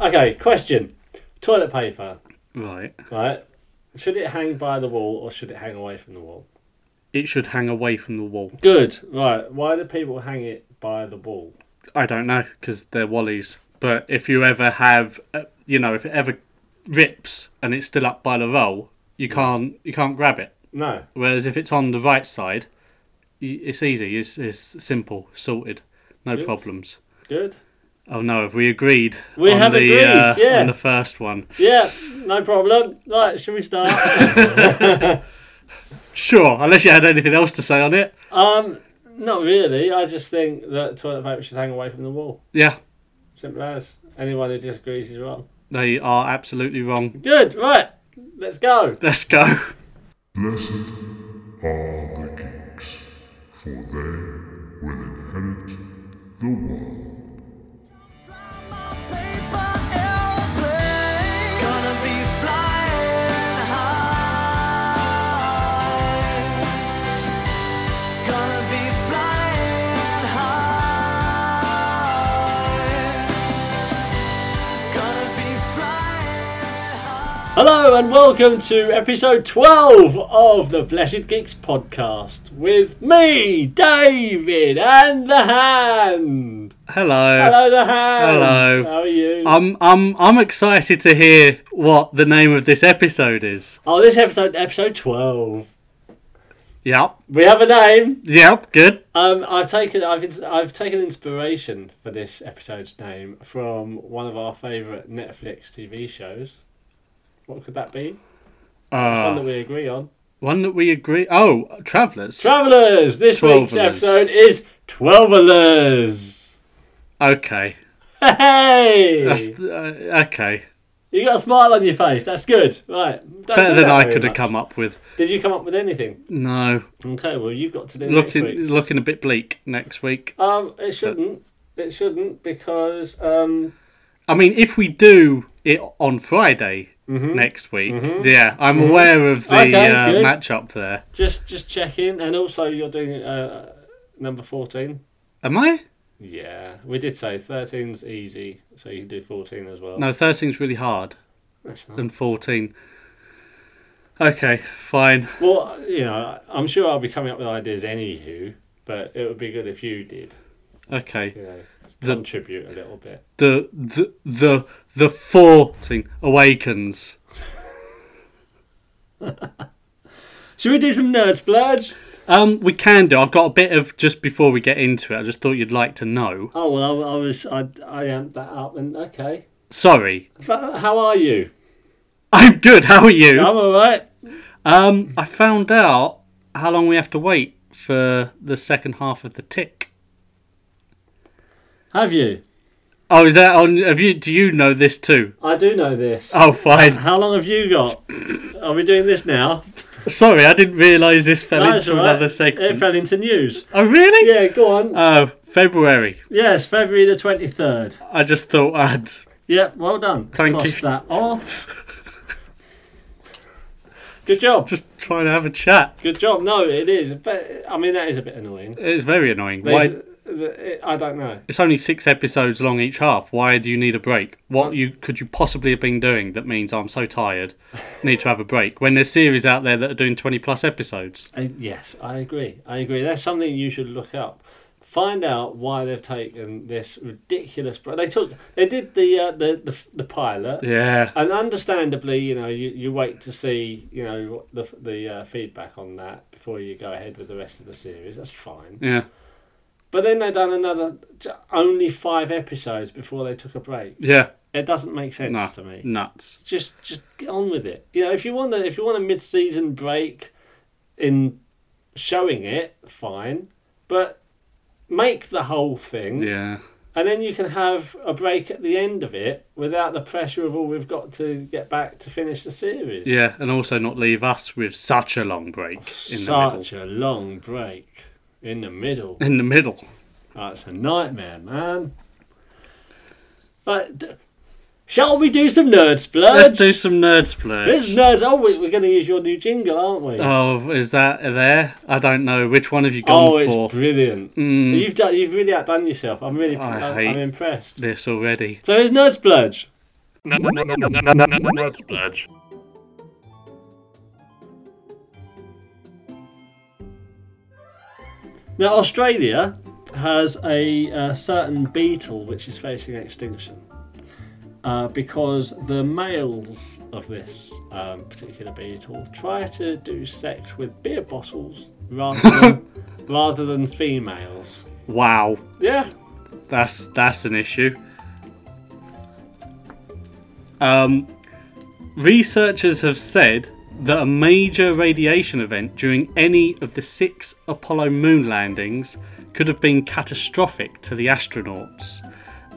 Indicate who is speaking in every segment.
Speaker 1: Okay, question. Toilet paper,
Speaker 2: Right.
Speaker 1: right? Should it hang by the wall or should it hang away from the wall?
Speaker 2: It should hang away from the wall.
Speaker 1: Good, right. Why do people hang it by the wall?
Speaker 2: I don't know because they're wallies. But if you ever have, uh, you know, if it ever rips and it's still up by the roll, you can't you can't grab it.
Speaker 1: No.
Speaker 2: Whereas if it's on the right side, y- it's easy. It's, it's simple, sorted, no
Speaker 1: Good.
Speaker 2: problems.
Speaker 1: Good?
Speaker 2: Oh no, have we agreed?
Speaker 1: We
Speaker 2: on
Speaker 1: have
Speaker 2: the,
Speaker 1: agreed,
Speaker 2: uh,
Speaker 1: yeah.
Speaker 2: On the first one,
Speaker 1: Yeah, no problem. Right, should we start?
Speaker 2: sure. Unless you had anything else to say on it,
Speaker 1: um, not really. I just think that toilet paper should hang away from the wall.
Speaker 2: yeah,
Speaker 1: Simple as. Anyone who disagrees is wrong.
Speaker 2: they are absolutely wrong.
Speaker 1: Good, right. Let's go.
Speaker 2: Let's go.
Speaker 3: Blessed are the kings, for they will inherit the world.
Speaker 4: Paper airplane, gonna be flying high. Gonna be flying high. Gonna be flying high.
Speaker 1: Hello and welcome to episode 12 of the Blessed Geeks podcast with me, David, and the hand.
Speaker 2: Hello.
Speaker 1: Hello, the hand.
Speaker 2: Hello.
Speaker 1: How are you?
Speaker 2: I'm I'm I'm excited to hear what the name of this episode is.
Speaker 1: oh, this episode, episode 12.
Speaker 2: Yep.
Speaker 1: We have a name.
Speaker 2: Yep. Good.
Speaker 1: Um, I've taken, I've, ins- I've taken inspiration for this episode's name from one of our favourite Netflix TV shows. What could that be? One that
Speaker 2: Uh,
Speaker 1: we agree on.
Speaker 2: one that we agree. Oh, travelers.
Speaker 1: Travelers. This week's
Speaker 2: Twelvelers.
Speaker 1: episode is Twelvelers.
Speaker 2: okay.
Speaker 1: Hey!
Speaker 2: That's uh, okay.
Speaker 1: You got a smile on your face. That's good. Right. Don't say
Speaker 2: Better than
Speaker 1: that
Speaker 2: I
Speaker 1: very
Speaker 2: could have
Speaker 1: much.
Speaker 2: come up with.
Speaker 1: Did you come up with anything?
Speaker 2: No,
Speaker 1: Okay, well, you've got to do
Speaker 2: looking
Speaker 1: next week.
Speaker 2: looking a bit bleak next week.
Speaker 1: Um, it shouldn't. It shouldn't because um,
Speaker 2: I mean, if we do it on Friday next week, yeah, I'm aware of the
Speaker 1: Mm-hmm. Okay,
Speaker 2: uh,
Speaker 1: good.
Speaker 2: matchup there.
Speaker 1: just just check in, and also you're doing uh, number fourteen.
Speaker 2: Am I?
Speaker 1: Yeah, we did say 13's easy, so you can do fourteen as well.
Speaker 2: No, 13's really hard,
Speaker 1: That's not.
Speaker 2: and 14. Okay, fine.
Speaker 1: Well, you know, I'm sure I'll be coming up with ideas anywho, but it would be good if you did,
Speaker 2: Okay.
Speaker 1: you know,
Speaker 2: The-
Speaker 1: contribute a little bit.
Speaker 2: the the the the fourteen awakens.
Speaker 1: Should we do some nerd splurge?
Speaker 2: Um, we can do. I've got a bit of just before we get into it. I just thought you'd like to know.
Speaker 1: Oh well, I, I was I I amped that up and okay.
Speaker 2: Sorry,
Speaker 1: F- How are you?
Speaker 2: I'm good. How are you?
Speaker 1: I'm all right.
Speaker 2: Um, I found out how long we have to wait for the second half of the tick.
Speaker 1: Have you?
Speaker 2: Oh, is that on? Have you? Do you know this too?
Speaker 1: I do know this.
Speaker 2: Oh, fine.
Speaker 1: How long have you got? Are we doing this now?
Speaker 2: Sorry, I didn't realise this fell
Speaker 1: No, it's
Speaker 2: into
Speaker 1: all right.
Speaker 2: another
Speaker 1: It
Speaker 2: segment.
Speaker 1: fell into news.
Speaker 2: oh, really?
Speaker 1: Yeah, go on.
Speaker 2: Oh, February.
Speaker 1: yes, February the twenty third.
Speaker 2: I just thought I'd.
Speaker 1: Yeah, well done.
Speaker 2: Thank
Speaker 1: Cross
Speaker 2: you.
Speaker 1: That off. Good job.
Speaker 2: Just trying to have a chat.
Speaker 1: Good job. No, it is. But I mean, that is a bit annoying.
Speaker 2: It's very annoying. Why?
Speaker 1: There's- the- I don't know.
Speaker 2: It's only six episodes long each half. Why do you need a break? What you could you possibly have been doing that means I'm so tired, need to have a break? When there's series out there that are doing twenty plus episodes.
Speaker 1: Uh, yes, I agree. I agree. That's something you should look up. Find out why they've taken this ridiculous. Break. They took. They did the uh, the, the the pilot,
Speaker 2: Yeah.
Speaker 1: and understandably, you know, you, you wait to see, you know, what the the uh, feedback on that before you go ahead with the rest of the series. That's fine.
Speaker 2: Yeah.
Speaker 1: But then they done another j- only five episodes before they took a break.
Speaker 2: Yeah.
Speaker 1: It doesn't make sense
Speaker 2: Nah,
Speaker 1: to me
Speaker 2: nuts.
Speaker 1: just just get on with it. You know, if you want a, if you want a mid season break in showing it, fine, but make the whole thing,
Speaker 2: Yeah.
Speaker 1: and then you can have a break at the end of it without the pressure of all we've got to get back to finish the series.
Speaker 2: Yeah. And also not leave us with such a long break in
Speaker 1: such a long break in the middle.
Speaker 2: the middle. In the middle.
Speaker 1: That's a nightmare, man. But d- shall we do some nerd splurge?
Speaker 2: Let's do some nerd
Speaker 1: This
Speaker 2: splurge.
Speaker 1: nerds. Oh, we- we're going to use your new jingle, aren't we?
Speaker 2: Oh, is that there? I don't know. Which one have you gone
Speaker 1: Oh, it's
Speaker 2: for?
Speaker 1: brilliant!
Speaker 2: Mm.
Speaker 1: You've done, you've really outdone yourself. I'm really,
Speaker 2: I
Speaker 1: I am
Speaker 2: hate-
Speaker 1: impressed.
Speaker 2: this already.
Speaker 1: So it's nerd splurge.
Speaker 5: No, no, no, no, no, no, no, no, no, it's badge.
Speaker 1: Now, Australia has a, uh certain beetle which is facing extinction uh, because the males of this um, particular beetle try to do sex with beer bottles rather than, rather than females.
Speaker 2: Wow,
Speaker 1: Yeah,
Speaker 2: that's that's an issue. Um, researchers have said that a major radiation event during any of the six Apollo moon landings could have been catastrophic to the astronauts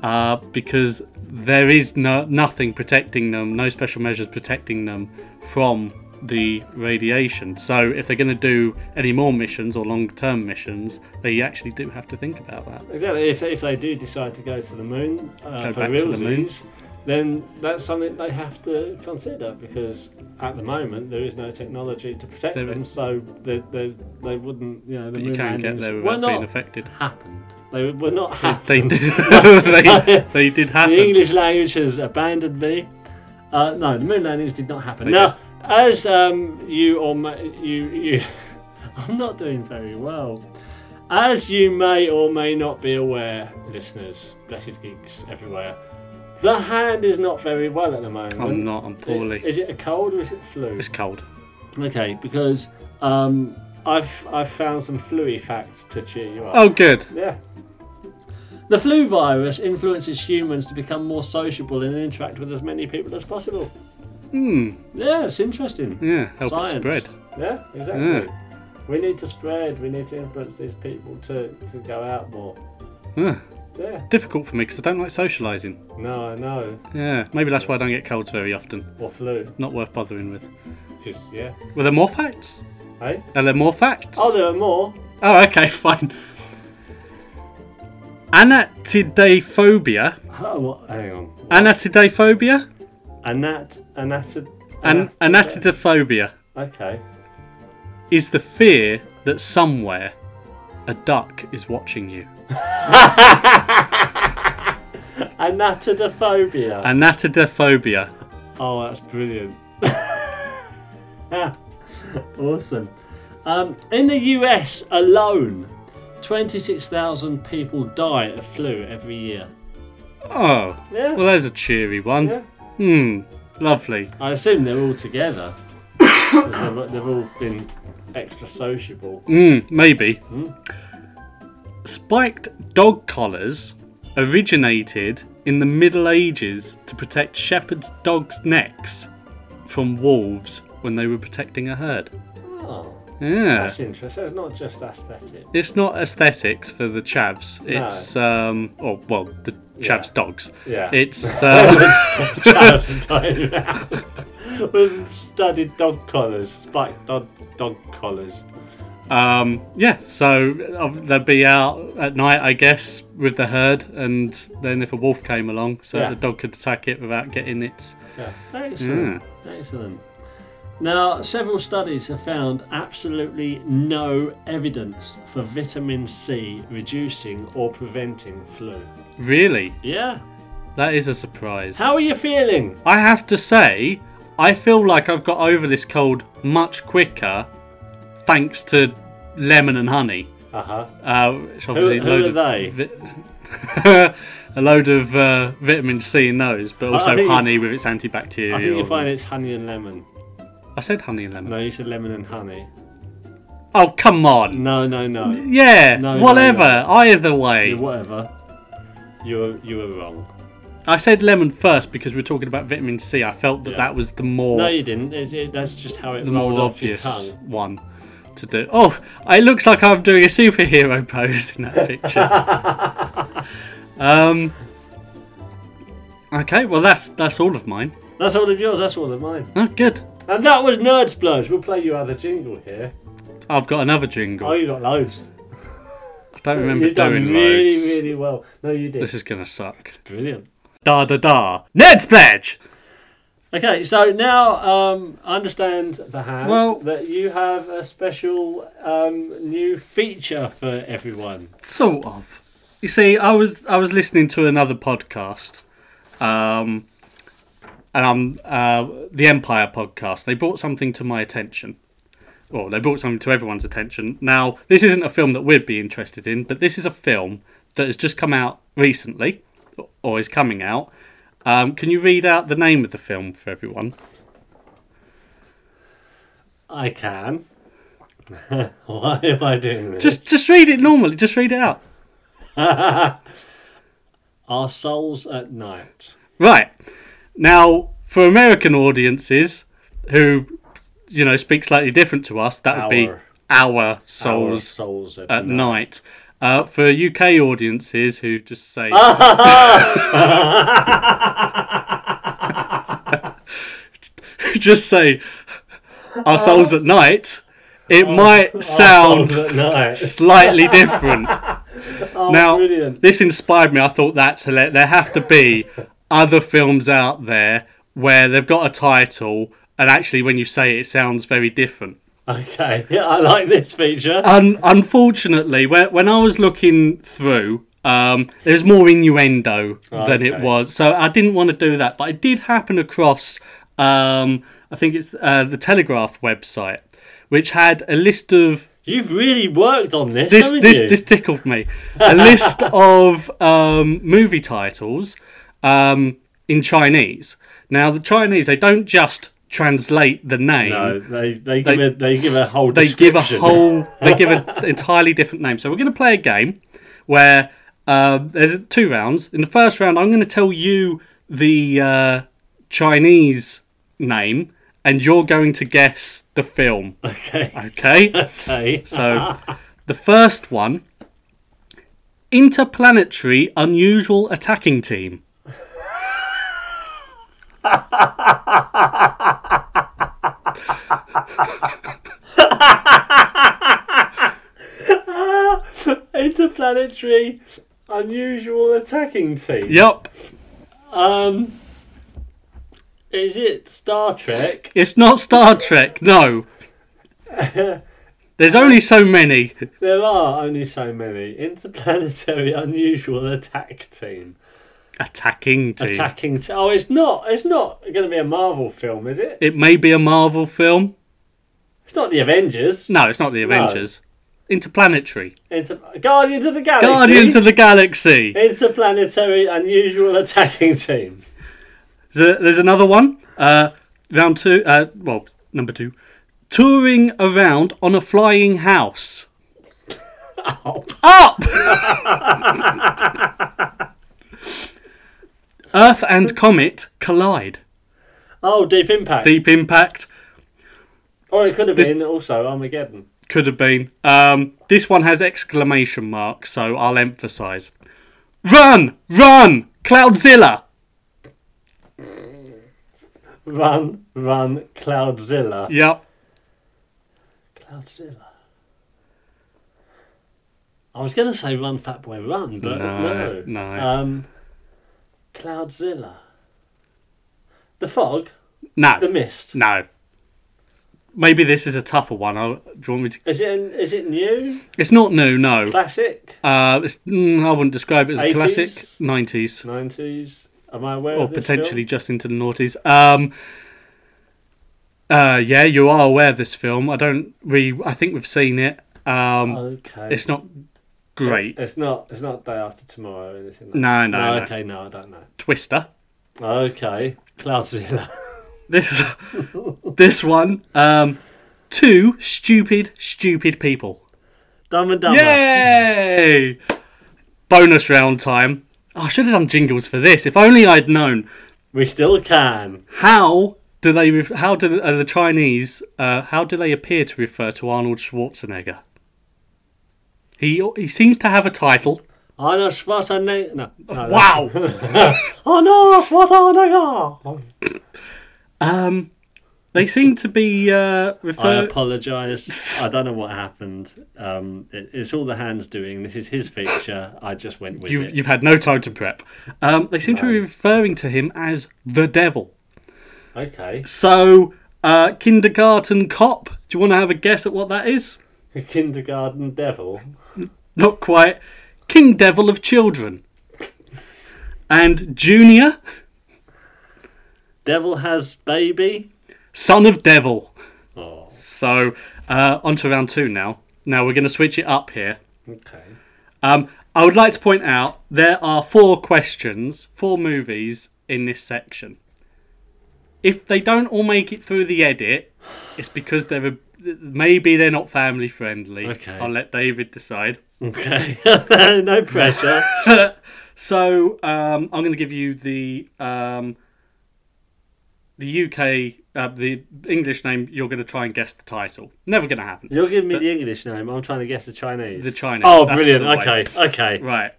Speaker 2: uh, because there is no, nothing protecting them, no special measures protecting them from the radiation. So if they're going to do any more missions or long-term missions, they actually do have to think about that.
Speaker 1: exactly. If, if they do decide to go to the moon uh,
Speaker 2: Go
Speaker 1: for
Speaker 2: back to the moon.
Speaker 1: realsies, then that's something they have to consider because at the moment there is no technology to protect
Speaker 2: There
Speaker 1: them,
Speaker 2: is.
Speaker 1: so they, they, they wouldn't, you know, the
Speaker 2: But
Speaker 1: moon
Speaker 2: you can get
Speaker 1: landings
Speaker 2: there
Speaker 1: were
Speaker 2: without
Speaker 1: not
Speaker 2: being affected.
Speaker 1: happened. They were not
Speaker 2: They
Speaker 1: happened.
Speaker 2: did. they, they did happen.
Speaker 1: The English language has abandoned me. Uh, no, the moon landings did not happen.
Speaker 2: They
Speaker 1: now, as um, you or may, you you, I'm not doing very well. As you may or may not be aware, listeners, blessed geeks everywhere, the hand is not very well at the moment.
Speaker 2: I'm not. I'm poorly.
Speaker 1: Is, it a cold or is it flu?
Speaker 2: it's cold.
Speaker 1: Okay, because um, I've I've found some fluey facts to cheer you up.
Speaker 2: Oh, good.
Speaker 1: Yeah. The flu virus influences humans to become more sociable and interact with as many people as possible.
Speaker 2: Hmm.
Speaker 1: Yeah, it's interesting.
Speaker 2: Yeah. Help it spread. Hmm.
Speaker 1: Yeah, exactly. We need to spread. We need to influence these people to, to go out more.
Speaker 2: Yeah.
Speaker 1: Yeah.
Speaker 2: Difficult for me because I don't like socialising.
Speaker 1: No, I know.
Speaker 2: Yeah. Maybe that's why I don't get colds very often.
Speaker 1: Or flu.
Speaker 2: Not worth bothering with.
Speaker 1: Just yeah.
Speaker 2: Were there more facts?
Speaker 1: Hey.
Speaker 2: Are there more facts?
Speaker 1: Oh, there are more.
Speaker 2: Oh, okay. Fine. Anatidaphobia.
Speaker 1: Oh, what? Hang on.
Speaker 2: Anatidaphobia.
Speaker 1: Anat. Anat.
Speaker 2: An- anatidaphobia
Speaker 1: Okay.
Speaker 2: is the fear that somewhere a duck is watching you.
Speaker 1: Anatodophobia.
Speaker 2: Anatidaphobia.
Speaker 1: Oh, that's brilliant. awesome. Um, in the US alone, 26,000 people die of flu every year.
Speaker 2: Oh,
Speaker 1: Yeah.
Speaker 2: well, there's a cheery one.
Speaker 1: Yeah.
Speaker 2: Hmm, lovely.
Speaker 1: I assume they're all together. 'Cause they've, they've all been extra sociable.
Speaker 2: Hmm, maybe. Spiked dog collars originated in the Middle Ages to protect shepherds' dogs' necks from wolves when they were protecting a herd.
Speaker 1: Oh,
Speaker 2: Yeah.
Speaker 1: that's interesting. It's not just aesthetic.
Speaker 2: It's not aesthetics for the chavs. It's um, oh well, the chavs dogs.
Speaker 1: Yeah.
Speaker 2: It's uh,
Speaker 1: With studded dog collars, spiked dog, dog collars.
Speaker 2: Um, yeah, so uh, they'd be out at night, I guess, with the herd, and then if a wolf came along, so
Speaker 1: Yeah.
Speaker 2: the dog could attack it without getting its.
Speaker 1: Yeah.
Speaker 2: Hmm.
Speaker 1: Excellent. Excellent. Now, several studies have found absolutely no evidence for vitamin C reducing or preventing flu.
Speaker 2: Really,
Speaker 1: Yeah.
Speaker 2: that is a surprise.
Speaker 1: How are you feeling?
Speaker 2: I have to say, I feel like I've got over this cold much quicker, thanks to lemon and honey.
Speaker 1: Uh huh.
Speaker 2: Uh, which
Speaker 1: Who,
Speaker 2: obviously a
Speaker 1: who
Speaker 2: load
Speaker 1: are
Speaker 2: of
Speaker 1: they?
Speaker 2: vi- a load of uh, vitamin C in those, but also
Speaker 1: think you-
Speaker 2: honey with its
Speaker 1: I
Speaker 2: antibacterial.
Speaker 1: think you find it's honey and lemon.
Speaker 2: I said honey and lemon.
Speaker 1: No, you said lemon and honey.
Speaker 2: Oh come on.
Speaker 1: No, no, no.
Speaker 2: Yeah,
Speaker 1: No, no,
Speaker 2: whatever. Either way,
Speaker 1: You- Whatever. You were, you were wrong.
Speaker 2: I said lemon first because we are talking about vitamin C. I felt that
Speaker 1: Yeah.
Speaker 2: that was the more
Speaker 1: No, you didn't. It's, it, that's just how it
Speaker 2: the
Speaker 1: rolled
Speaker 2: more
Speaker 1: off
Speaker 2: obvious
Speaker 1: your tongue.
Speaker 2: one to do. Oh, it looks like I'm doing a superhero pose in that picture. um. Okay, well that's that's all of mine.
Speaker 1: That's all of yours. That's all of mine.
Speaker 2: Oh, good.
Speaker 1: And that was Nerd Splurge. We'll play you other jingle here.
Speaker 2: I've got another jingle.
Speaker 1: Oh, you got loads.
Speaker 2: I don't remember
Speaker 1: You've done
Speaker 2: doing
Speaker 1: really,
Speaker 2: loads.
Speaker 1: really well. No, you did.
Speaker 2: This is gonna suck.
Speaker 1: brilliant.
Speaker 2: Da da da. Ned's pledge.
Speaker 1: Okay, so now um, I understand the hand
Speaker 2: Well-
Speaker 1: that you have a special um, new feature for everyone.
Speaker 2: sort of. You see, I was I was listening to another podcast, um, and I'm uh, the Empire podcast. They brought something to my attention, or they brought something to everyone's attention. Now, this isn't a film that we'd be interested in, but this is a film that has just come out recently, or is coming out. Um, can you read out the name of the film for everyone?
Speaker 1: I can. Why am I doing this?
Speaker 2: Just, just read it normally. Just read it out.
Speaker 1: Our souls at night.
Speaker 2: Right. Now, for American audiences who, you know, speak slightly different to us, that would be
Speaker 1: Our-
Speaker 2: our
Speaker 1: Our
Speaker 2: souls
Speaker 1: souls at,
Speaker 2: at
Speaker 1: night.
Speaker 2: night. Uh, for UK audiences who just say. just say, our souls at night, it might sound
Speaker 1: Souls at night.
Speaker 2: slightly different. now,
Speaker 1: Oh, brilliant.
Speaker 2: this inspired me. I thought that's hilarious. There have to be other films out there where they've got a title, and actually, when you say it, it sounds very different.
Speaker 1: Okay, yeah, I like this feature.
Speaker 2: Un- unfortunately, when, when I was looking through, um, there's more innuendo than it
Speaker 1: Okay.
Speaker 2: was, so I didn't want to do that. But I did happen across, um, I think it's uh, the Telegraph website, which had a list of
Speaker 1: You've really worked on this,
Speaker 2: this
Speaker 1: haven't
Speaker 2: this
Speaker 1: you?
Speaker 2: this tickled me. A list of um, movie titles um, in Chinese. Now the Chinese they don't just translate the name.
Speaker 1: no, they, they,
Speaker 2: They-
Speaker 1: give a, they give a whole
Speaker 2: They give a
Speaker 1: description.
Speaker 2: whole they give an entirely different name. So we're going to play a game where uh, there's two rounds. In the first round, I'm going to tell you the uh, Chinese name, and you're going to guess the film.
Speaker 1: Okay,
Speaker 2: Okay.
Speaker 1: okay.
Speaker 2: So the first one Interplanetary Unusual Attacking Team.
Speaker 1: Interplanetary unusual attacking team.
Speaker 2: Yep.
Speaker 1: Um, is it Star Trek?
Speaker 2: It's not Star Trek, no. There's only so many.
Speaker 1: There are only so many. Interplanetary unusual attack team.
Speaker 2: Attacking Team.
Speaker 1: Attacking. T- oh, it's not. It's not going to be a Marvel film, is it?
Speaker 2: It may be a Marvel film.
Speaker 1: It's not the Avengers.
Speaker 2: No, it's not the Avengers. Interplanetary.
Speaker 1: Inter- Guardians of the Galaxy.
Speaker 2: Guardians of the Galaxy.
Speaker 1: Interplanetary unusual attacking team.
Speaker 2: There's, a- there's another one. Uh, round two. Uh, well, number two. Touring around on a flying house. Up. Earth and comet collide.
Speaker 1: Oh, Deep Impact.
Speaker 2: Deep impact
Speaker 1: or it could have
Speaker 2: This-
Speaker 1: been also Armageddon.
Speaker 2: could have been. Um, this one has exclamation marks, so I'll emphasise. Run, run, Cloudzilla.
Speaker 1: Run, run, Cloudzilla.
Speaker 2: Yep.
Speaker 1: Cloudzilla. I was going to say Run Fat Boy Run, but
Speaker 2: No,
Speaker 1: no.
Speaker 2: no.
Speaker 1: Um, Cloudzilla. The fog,
Speaker 2: No.
Speaker 1: the mist.
Speaker 2: No. Maybe this is a tougher one. I, do you want me to?
Speaker 1: Is it is it new?
Speaker 2: It's not new. No.
Speaker 1: Classic?
Speaker 2: Uh, it's, mm, I wouldn't describe it as a
Speaker 1: 80s?
Speaker 2: classic. Nineties,
Speaker 1: 90s? Am I aware
Speaker 2: or
Speaker 1: of this
Speaker 2: potentially just into the noughties. Um, uh, yeah, you are aware of this film. I don't. We. I think we've seen it. Um,
Speaker 1: film? Oh, Okay.
Speaker 2: it's not great.
Speaker 1: It's not. It's not day after tomorrow or anything. Like
Speaker 2: No, no,
Speaker 1: No,
Speaker 2: no.
Speaker 1: okay, no, I don't know.
Speaker 2: Twister.
Speaker 1: Okay, Cloudzilla.
Speaker 2: This is this one. Um, two stupid, stupid people.
Speaker 1: Dumb and Dumber.
Speaker 2: Yay! Bonus round time. Oh, I should have done jingles for this. If only I'd known.
Speaker 1: We still can.
Speaker 2: How do they? Ref- how do the, uh, the Chinese? Uh, how do they appear to refer to Arnold Schwarzenegger? He he seems to have a title.
Speaker 1: Arnold Schwarzenegger. No, no, no.
Speaker 2: Wow.
Speaker 1: Arnold Schwarzenegger.
Speaker 2: um, they seem to be
Speaker 1: I
Speaker 2: uh, referred.
Speaker 1: apologise. I don't know what happened. Um, it, it's all the hands doing. This is his feature. I just went with
Speaker 2: You've,
Speaker 1: it.
Speaker 2: you've had no time to prep. Um, they seem to be referring to him as the devil.
Speaker 1: Okay.
Speaker 2: So, uh, kindergarten cop. Do you want to have a guess at what that is?
Speaker 1: Kindergarten Devil.
Speaker 2: Not quite. King Devil of Children. And Junior.
Speaker 1: Devil has baby.
Speaker 2: Son of Devil.
Speaker 1: Oh,
Speaker 2: So, uh, on to round two now. Now we're going to switch it up here.
Speaker 1: okay.
Speaker 2: Um, I would like to point out there are four questions, four movies in this section. If they don't all make it through the edit, it's because they're a, maybe they're not family friendly.
Speaker 1: Okay.
Speaker 2: I'll let David decide.
Speaker 1: Okay. no pressure.
Speaker 2: So um, I'm going to give you the um, the UK uh, the English name. You're going to try and guess the title. Never going to happen.
Speaker 1: You're giving me the English name. I'm trying to guess the Chinese.
Speaker 2: The Chinese.
Speaker 1: Oh,
Speaker 2: that's
Speaker 1: brilliant.
Speaker 2: the way.
Speaker 1: Okay. Okay.
Speaker 2: Right.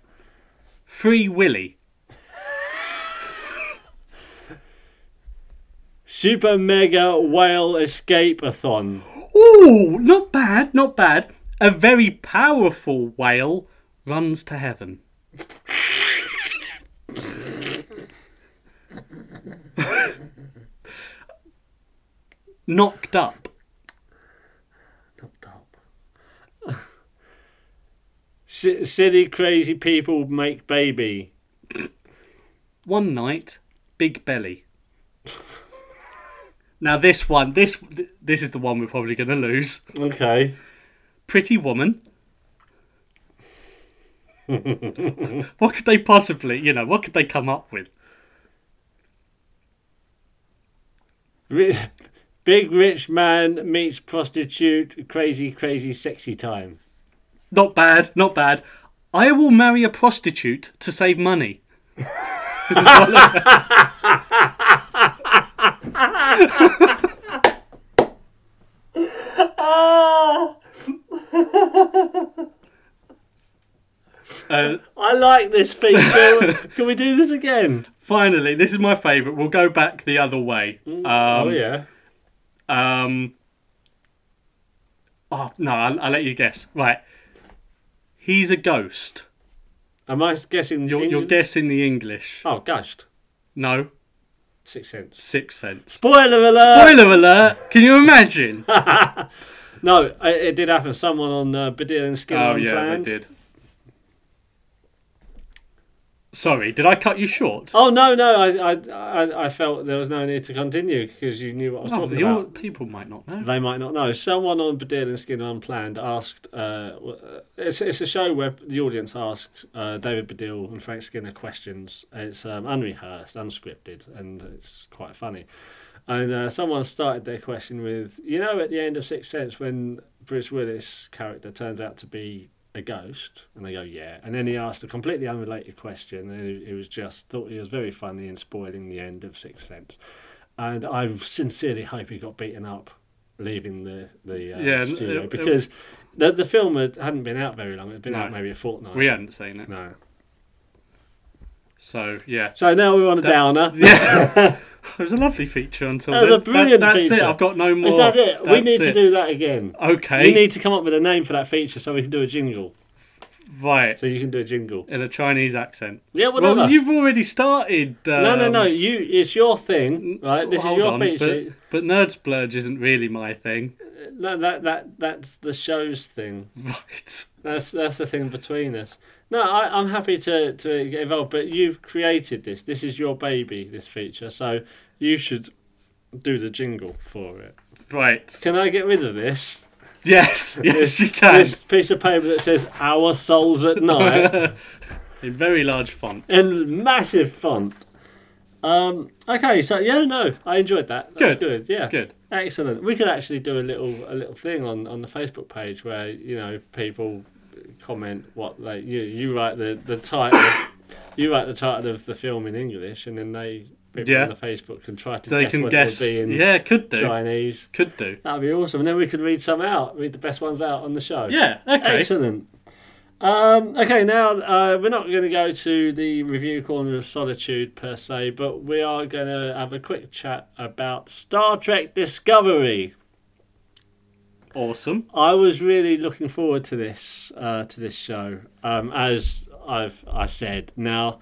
Speaker 2: Free Willy.
Speaker 1: Super Mega Whale Escape a Thon.
Speaker 2: Ooh, not bad, not bad. A very powerful whale runs to heaven. Knocked up.
Speaker 1: Si silly, crazy people make baby.
Speaker 2: One night, big belly. now this one, this this is the one we're probably going to lose.
Speaker 1: Okay.
Speaker 2: Pretty woman. what could they possibly, you know, what could they come up with?
Speaker 1: Ri Big rich man meets prostitute. Crazy, crazy, sexy time.
Speaker 2: Not bad, not bad. I will marry a prostitute to save money. It's one of- Uh,
Speaker 1: I like this feature. Can we do this
Speaker 2: Um,
Speaker 1: again?
Speaker 2: finally, this is my favourite. We'll go back the other way. Um,
Speaker 1: oh yeah.
Speaker 2: Um. Oh no! I'll, I'll let you guess. Right. He's a ghost.
Speaker 1: Am I guessing?
Speaker 2: You're, you're
Speaker 1: England?
Speaker 2: guessing the English.
Speaker 1: Oh, gosh.
Speaker 2: No,
Speaker 1: Sixth Sense.
Speaker 2: Sixth Sense.
Speaker 1: Spoiler alert!
Speaker 2: Spoiler alert! Can you imagine?
Speaker 1: No, it, it did happen. Someone on uh, Badil and Skinner
Speaker 2: oh
Speaker 1: on
Speaker 2: yeah,
Speaker 1: Planned.
Speaker 2: they did. Sorry, did I cut you short?
Speaker 1: Oh no, no, I, I, I, I felt there was no need to continue because you knew what I was
Speaker 2: Oh,
Speaker 1: talking
Speaker 2: your
Speaker 1: about.
Speaker 2: people might not know.
Speaker 1: They might not know. Someone on Badil and Skinner Unplanned asked. Uh, w- uh, it's, it's a show where the audience asks uh, David Badil and Frank Skinner questions. It's um, unrehearsed, unscripted, and it's quite funny. And uh, someone started their question with, you know, at the end of Sixth Sense when Bruce Willis' character turns out to be a ghost, and they go, yeah. And then he asked a completely unrelated question, and it, it was just thought he was very funny in spoiling the end of Sixth Sense. And I sincerely hope he got beaten up leaving the the uh,
Speaker 2: Yeah, n-
Speaker 1: studio
Speaker 2: it- it-
Speaker 1: because the the film had, hadn't been out very long. It'd been
Speaker 2: No.
Speaker 1: out maybe a fortnight.
Speaker 2: We hadn't seen it,
Speaker 1: no.
Speaker 2: so yeah.
Speaker 1: So now we're on a downer.
Speaker 2: Yeah. it was a lovely feature until
Speaker 1: That was a
Speaker 2: then.
Speaker 1: brilliant
Speaker 2: that's it.
Speaker 1: feature.
Speaker 2: I've got no more.
Speaker 1: Is that it? we
Speaker 2: That's
Speaker 1: need to
Speaker 2: it.
Speaker 1: do that again.
Speaker 2: Okay.
Speaker 1: We need to come up with a name for that feature so we can do a jingle.
Speaker 2: Right.
Speaker 1: So you can do a jingle.
Speaker 2: in a Chinese accent.
Speaker 1: Yeah, whatever.
Speaker 2: Well, you've already started. Um,
Speaker 1: no, no, no. You, it's your thing, right? This is
Speaker 2: hold
Speaker 1: your
Speaker 2: on,
Speaker 1: feature.
Speaker 2: But, but nerd splurge isn't really my thing.
Speaker 1: No, that, that, that's the show's thing.
Speaker 2: Right.
Speaker 1: That's that's the thing between us. No, I, I'm happy to to get involved, but you've created this. This is your baby. This feature, so you should do the jingle for it.
Speaker 2: Right.
Speaker 1: Can I get rid of this?
Speaker 2: Yes. Yes,
Speaker 1: This-
Speaker 2: you can.
Speaker 1: This piece of paper that says "Our Souls at Night."
Speaker 2: In very large font.
Speaker 1: in massive font. Um, okay, so yeah, no, I enjoyed that. That's
Speaker 2: Good.
Speaker 1: good. Yeah,
Speaker 2: Good.
Speaker 1: excellent. We could actually do a little a little thing on, on the Facebook page where you know people comment what they you you write the the title you write the title of the film in English and then they people
Speaker 2: Yeah.
Speaker 1: on the Facebook can try to
Speaker 2: They
Speaker 1: guess
Speaker 2: can
Speaker 1: what
Speaker 2: guess.
Speaker 1: it would be in
Speaker 2: Yeah, could do.
Speaker 1: Chinese.
Speaker 2: Could do.
Speaker 1: That'd be awesome. And then we could read some out, read the best ones out on the show.
Speaker 2: Yeah. Okay.
Speaker 1: Excellent. Um, okay, now uh, we're not going to go to the review corner of solitude per se, but we are going to have a quick chat about Star Trek Discovery.
Speaker 2: Awesome.
Speaker 1: I was really looking forward to this uh, to this show, um, as I've I said. Now,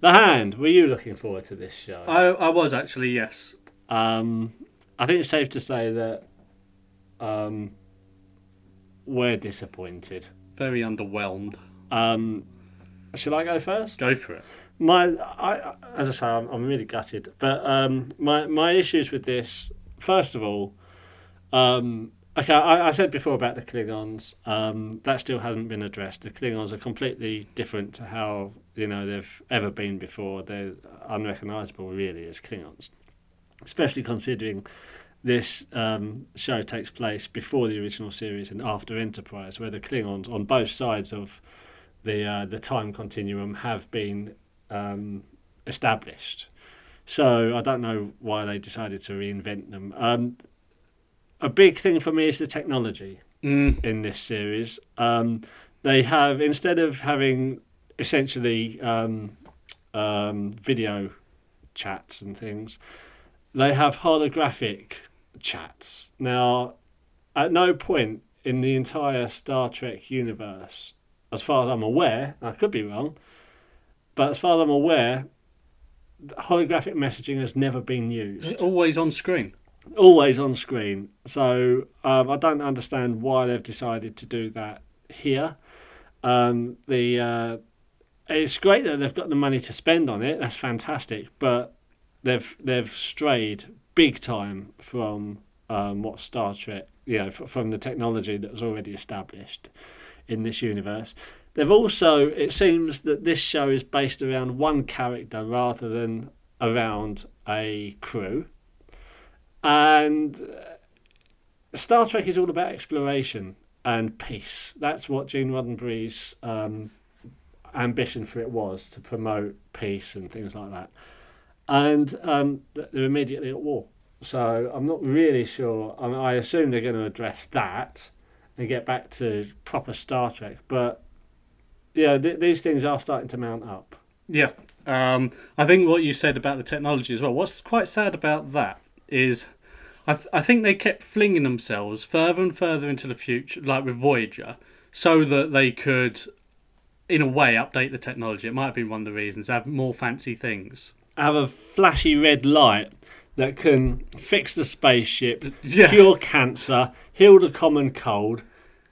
Speaker 1: the hand, were you looking forward to this show?
Speaker 2: I, I was actually yes.
Speaker 1: Um, I think it's safe to say that um, we're disappointed.
Speaker 2: Very underwhelmed.
Speaker 1: Um, shall I go first?
Speaker 2: Go for it.
Speaker 1: my I, as I say, I'm, I'm really gutted. But um, my my issues with this, first of all, um, okay, I, I said before about the Klingons. Um, that still hasn't been addressed. The Klingons are completely different to how you know they've ever been before. They're unrecognisable, really, as Klingons, especially considering. This um, show takes place before the original series and after Enterprise, where the Klingons on both sides of the uh, the time continuum have been um, established. So I don't know why they decided to reinvent them. Um, a big thing for me is the technology
Speaker 2: Mm,
Speaker 1: in this series. Um, they have instead of having essentially um, um, video chats and things, they have holographic chats. Now, at no point in the entire Star Trek universe, as far as I'm aware, and I could be wrong, but as far as I'm aware, holographic messaging has never been used
Speaker 2: always on screen.
Speaker 1: always on screen. So um, I don't understand why they've decided to do that here. Um, the uh, it's great that they've got the money to spend on it. That's fantastic, but they've they've strayed big time from um, what Star Trek, you know, f- from the technology that was already established in this universe. They've also, it seems that this show is based around one character rather than around a crew and uh, Star Trek is all about exploration and peace. That's what Gene Roddenberry's um, ambition for it was to promote peace and things like that. And um, th- they're immediately at war, so I'm not really sure. I, mean, I assume they're going to address that and get back to proper Star Trek, but yeah, th- these things are starting to mount up.
Speaker 2: Yeah. Um, I think what you said about the technology as well, what's quite sad about that is I, th- I think they kept flinging themselves further and further into the future, like with Voyager, so that they could, in a way, update the technology. It might have been one of the reasons, have more fancy things.
Speaker 1: have a flashy red light that can fix the spaceship,
Speaker 2: Yeah.
Speaker 1: cure cancer, heal the common cold.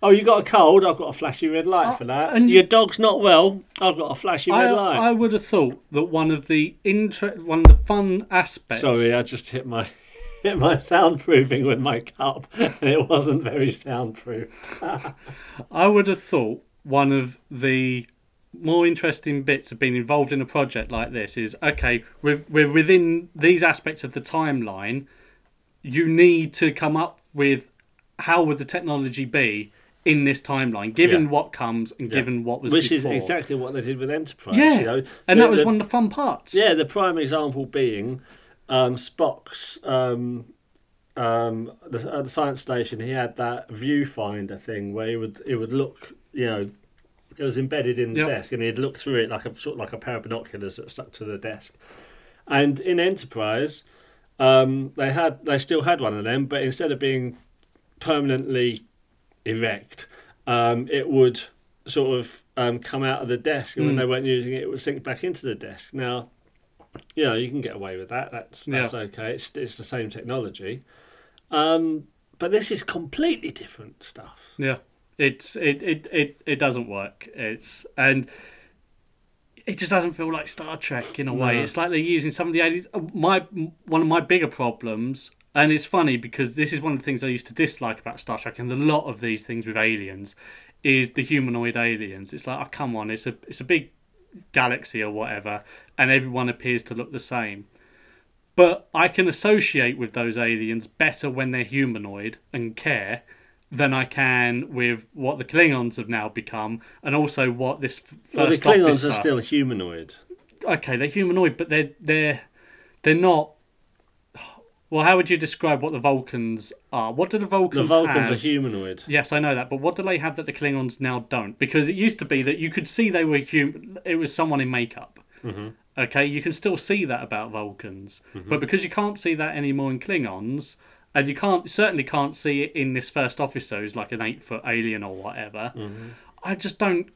Speaker 1: Oh, you got a cold? I've got a flashy red light for that.
Speaker 2: Uh, and-
Speaker 1: your dog's not well. I've got a flashy
Speaker 2: I,
Speaker 1: red light.
Speaker 2: I would have thought that one of the inter- one of the fun aspects.
Speaker 1: Sorry, I just hit my hit my soundproofing with my cup, and it wasn't very soundproof.
Speaker 2: I would have thought one of the more interesting bits of being involved in a project like this is okay, we're, we're within these aspects of the timeline. You need to come up with how would the technology be in this timeline, given
Speaker 1: Yeah.
Speaker 2: what comes and given what was
Speaker 1: Which
Speaker 2: before.
Speaker 1: is exactly what they did with Enterprise.
Speaker 2: yeah,
Speaker 1: you know.
Speaker 2: and
Speaker 1: The-
Speaker 2: that was
Speaker 1: the-
Speaker 2: one of the fun parts.
Speaker 1: Yeah, the prime example being um, Spock's um, um, the, at the science station. He had that viewfinder thing where he would it would look, you know, it was embedded in the
Speaker 2: Yep.
Speaker 1: desk, and he'd look through it like a sort of like a pair of binoculars that stuck to the desk. And in Enterprise, um, they had they still had one of them, but instead of being permanently erect, um, it would sort of um, come out of the desk, and when
Speaker 2: Hmm.
Speaker 1: they weren't using it, it would sink back into the desk. Now, you know, you can get away with that. That's that's
Speaker 2: Yeah.
Speaker 1: okay. It's it's the same technology, um, but this is completely different stuff.
Speaker 2: Yeah, it's it it it, it doesn't work. It's and it just doesn't feel like Star Trek in a way.
Speaker 1: No.
Speaker 2: It's like they're using some of the eighties. My one of my bigger problems, and it's funny because this is one of the things I used to dislike about Star Trek, and a lot of these things with aliens is the humanoid aliens. It's like, oh come on, it's a it's a big galaxy or whatever, and everyone appears to look the same. But I can associate with those aliens better when they're humanoid and care than I can with what the Klingons have now become, and also what this f-
Speaker 1: Well, the
Speaker 2: first
Speaker 1: Klingons
Speaker 2: officer.
Speaker 1: are still humanoid.
Speaker 2: okay, they're humanoid, but they're they're they're not. Well, how would you describe what the Vulcans are? What do the
Speaker 1: The
Speaker 2: Vulcans?
Speaker 1: Vulcans
Speaker 2: have?
Speaker 1: are humanoid.
Speaker 2: Yes, I know that, but what do they have that the Klingons now don't? Because it used to be that you could see they were human. It was someone in makeup.
Speaker 1: Mm-hmm.
Speaker 2: Okay, you can still see that about Vulcans, but because you can't see that anymore in Klingons, and you can't certainly can't see it in this first officer who's like an eight foot alien or whatever.
Speaker 1: Mm-hmm.
Speaker 2: I just don't.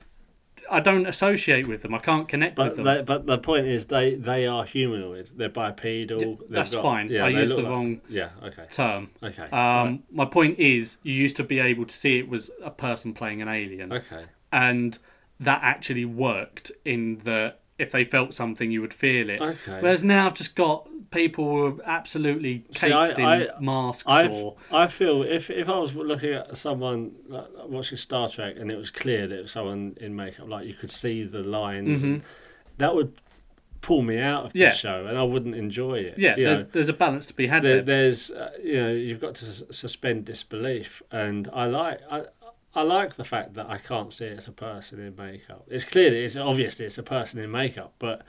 Speaker 2: I don't associate with them. I can't connect
Speaker 1: But
Speaker 2: with them.
Speaker 1: they, but the point is they they are humanoid. They're bipedal. they've
Speaker 2: that's
Speaker 1: got-
Speaker 2: fine. I
Speaker 1: they
Speaker 2: used
Speaker 1: look
Speaker 2: the
Speaker 1: like-
Speaker 2: wrong-
Speaker 1: Yeah. Okay.
Speaker 2: term.
Speaker 1: Okay,
Speaker 2: Um,
Speaker 1: right.
Speaker 2: My point is, you used to be able to see it was a person playing an alien.
Speaker 1: Okay.
Speaker 2: and that actually worked in the if they felt something, you would feel it.
Speaker 1: Okay.
Speaker 2: Whereas now I've just got people who are absolutely
Speaker 1: See,
Speaker 2: caked
Speaker 1: I-
Speaker 2: in
Speaker 1: I-
Speaker 2: masks
Speaker 1: I
Speaker 2: or
Speaker 1: I feel if if I was looking at someone like, watching Star Trek and it was clear that it was someone in makeup, like you could see the lines, and that would pull me out of
Speaker 2: Mm-hmm. Yeah.
Speaker 1: the show, and I wouldn't enjoy it.
Speaker 2: yeah.
Speaker 1: you
Speaker 2: There's,
Speaker 1: know.
Speaker 2: there's a balance to be had.
Speaker 1: there,
Speaker 2: There,
Speaker 1: there's uh, you know you've got to s- suspend disbelief, and I like I. I like the fact that I can't see it as a person in makeup. It's clear that it's obviously it's a person in makeup, but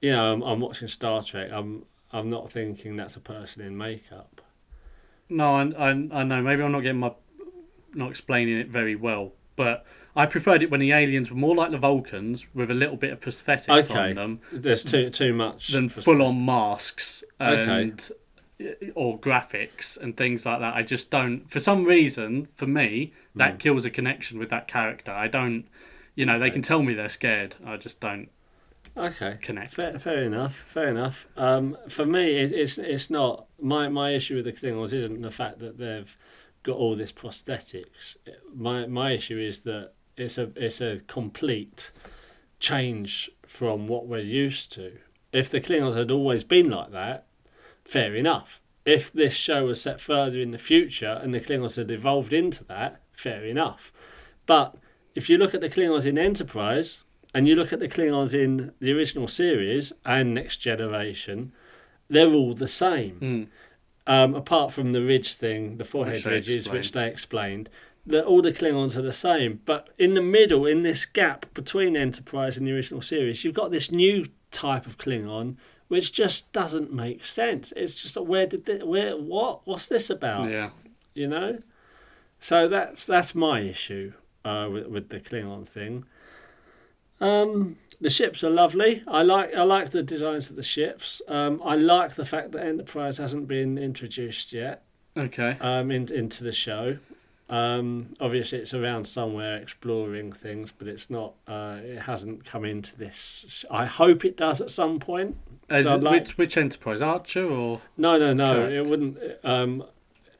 Speaker 1: you know I'm, I'm watching Star Trek. I'm I'm not thinking that's a person in makeup.
Speaker 2: No, I, I, I know. Maybe I'm not getting my not explaining it very well, but I preferred it when the aliens were more like the Vulcans with a little bit of prosthetics on them
Speaker 1: There's too too much
Speaker 2: than
Speaker 1: for-
Speaker 2: full on masks
Speaker 1: Okay.
Speaker 2: and uh, or graphics and things like that. I just don't. For some reason, for me,
Speaker 1: Hmm.
Speaker 2: that kills a connection with that character. I don't. You know, they can tell me they're scared. I just don't.
Speaker 1: Okay,
Speaker 2: connect.
Speaker 1: Fair, fair enough. Fair enough. Um, for me, it, it's it's not my my issue with the Klingons isn't the fact that they've got all this prosthetics. My my issue is that it's a it's a complete change from what we're used to. If the Klingons had always been like that, fair enough. If this show was set further in the future and the Klingons had evolved into that, fair enough. But if you look at the Klingons in Enterprise and you look at the Klingons in the original series and Next Generation, they're all the same. Um, apart from the ridge thing, the forehead
Speaker 2: Which they
Speaker 1: ridges, which they explained, that all the Klingons are the same. But in the middle, in this gap between Enterprise and the original series, you've got this new type of Klingon, which just doesn't make sense. It's just like, where did thi- where what what's this about?
Speaker 2: Yeah.
Speaker 1: you know. So that's that's my issue uh, with with the Klingon thing. Um, the ships are lovely. I like I like the designs of the ships. Um, I like the fact that Enterprise hasn't been introduced yet
Speaker 2: Okay.
Speaker 1: um, in, into the show. Um, obviously, it's around somewhere exploring things, but it's not. Uh, it hasn't come into this. sh- I hope it does at some point.
Speaker 2: Uh, Is
Speaker 1: Uh, so
Speaker 2: it-
Speaker 1: like-
Speaker 2: which, which enterprise? Archer or
Speaker 1: No, no, no.
Speaker 2: Correct.
Speaker 1: It wouldn't. Um,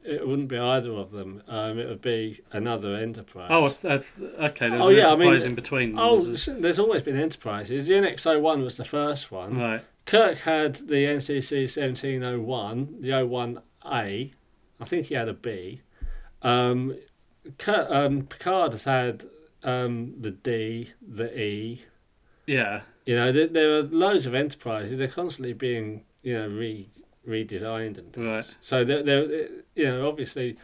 Speaker 1: it wouldn't be either of them. Um, it would be another enterprise.
Speaker 2: oh, that's, that's okay. There's
Speaker 1: Oh,
Speaker 2: an
Speaker 1: yeah, I mean-
Speaker 2: enterprise in between. them,
Speaker 1: Oh,
Speaker 2: was there?
Speaker 1: s- there's always been enterprises. The NX-01 was the first one.
Speaker 2: right.
Speaker 1: Kirk had the NCC 1701, the 01A. I think he had a B. Um, Kirk, um, Picard has had um, the D, the E.
Speaker 2: Yeah.
Speaker 1: You know, there, there are loads of enterprises. They're constantly being, you know, re redesigned and things.
Speaker 2: Right.
Speaker 1: So there, there, you know, obviously,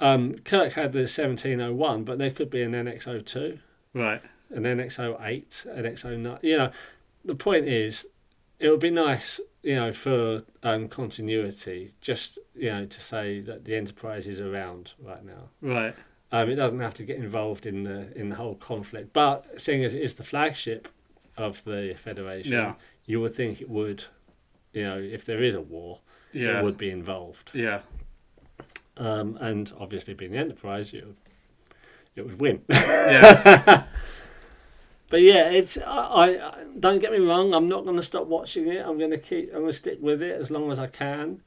Speaker 1: um, Kirk had the 1701, but there could be an NX-02
Speaker 2: Right.
Speaker 1: an NX08, an NX09. You know, the point is, it would be nice, you know, for um, continuity, just you know, to say that the Enterprise is around right now.
Speaker 2: Right.
Speaker 1: Um, it doesn't have to get involved in the in the whole conflict. But seeing as it is the flagship of the Federation,
Speaker 2: Yeah.
Speaker 1: you would think it would, you know, if there is a war,
Speaker 2: Yeah.
Speaker 1: it would be involved.
Speaker 2: Yeah.
Speaker 1: Um, and obviously, being the Enterprise, you it would win.
Speaker 2: Yeah.
Speaker 1: But yeah, it's I, I I- don't get me wrong. I'm not going to stop watching it. I'm going to keep. I'm going to stick with it as long as I can.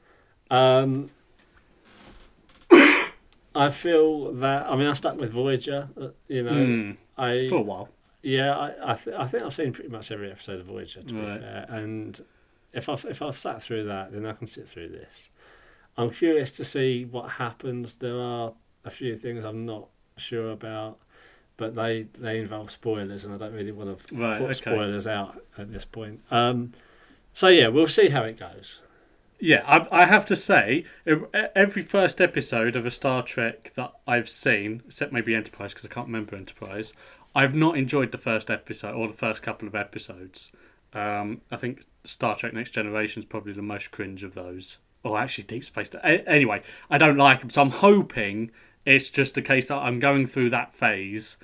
Speaker 1: Um, I feel that. I mean, I stuck with Voyager. uh, You know,
Speaker 2: Mm.
Speaker 1: I
Speaker 2: For a while.
Speaker 1: yeah. I I, th- I think I've seen pretty much every episode of Voyager. To
Speaker 2: Right.
Speaker 1: be fair, and if I've if I've sat through that, then I can sit through this. I'm curious to see what happens. There are a few things I'm not sure about, but they they involve spoilers, and I don't really want to
Speaker 2: Right,
Speaker 1: put
Speaker 2: okay.
Speaker 1: spoilers out at this point. Um, so yeah, we'll see how it goes.
Speaker 2: Yeah, I, I have to say, e- every first episode of a Star Trek that I've seen, except maybe Enterprise, because I can't remember Enterprise, I've not enjoyed the first episode or the first couple of episodes. Um, I think Star Trek Next Generation is probably the most cringe of those. Or actually, Deep Space. a- Anyway, I don't like them, so I'm hoping it's just a case that I'm going through that phase,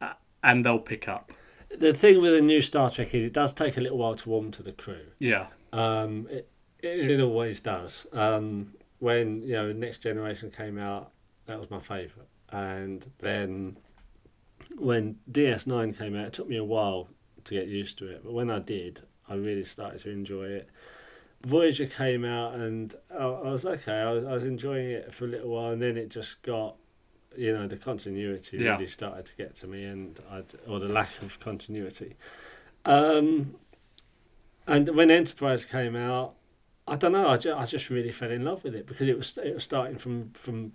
Speaker 2: uh, and they'll pick up.
Speaker 1: The thing with the new Star Trek is it does take a little while to warm to the crew.
Speaker 2: Yeah,
Speaker 1: Um, it, it, it always does. Um, when you know Next Generation came out, that was my favourite, and then when DS9 came out, it took me a while to get used to it, but when I did, I really started to enjoy it. Voyager came out, and I, I was okay. I was, I was enjoying it for a little while, and then it just got. You know the continuity
Speaker 2: Yeah.
Speaker 1: really started to get to me, and I'd, or the lack of continuity. Um, And when Enterprise came out, I don't know. I, ju- I just really fell in love with it because it was it was starting from from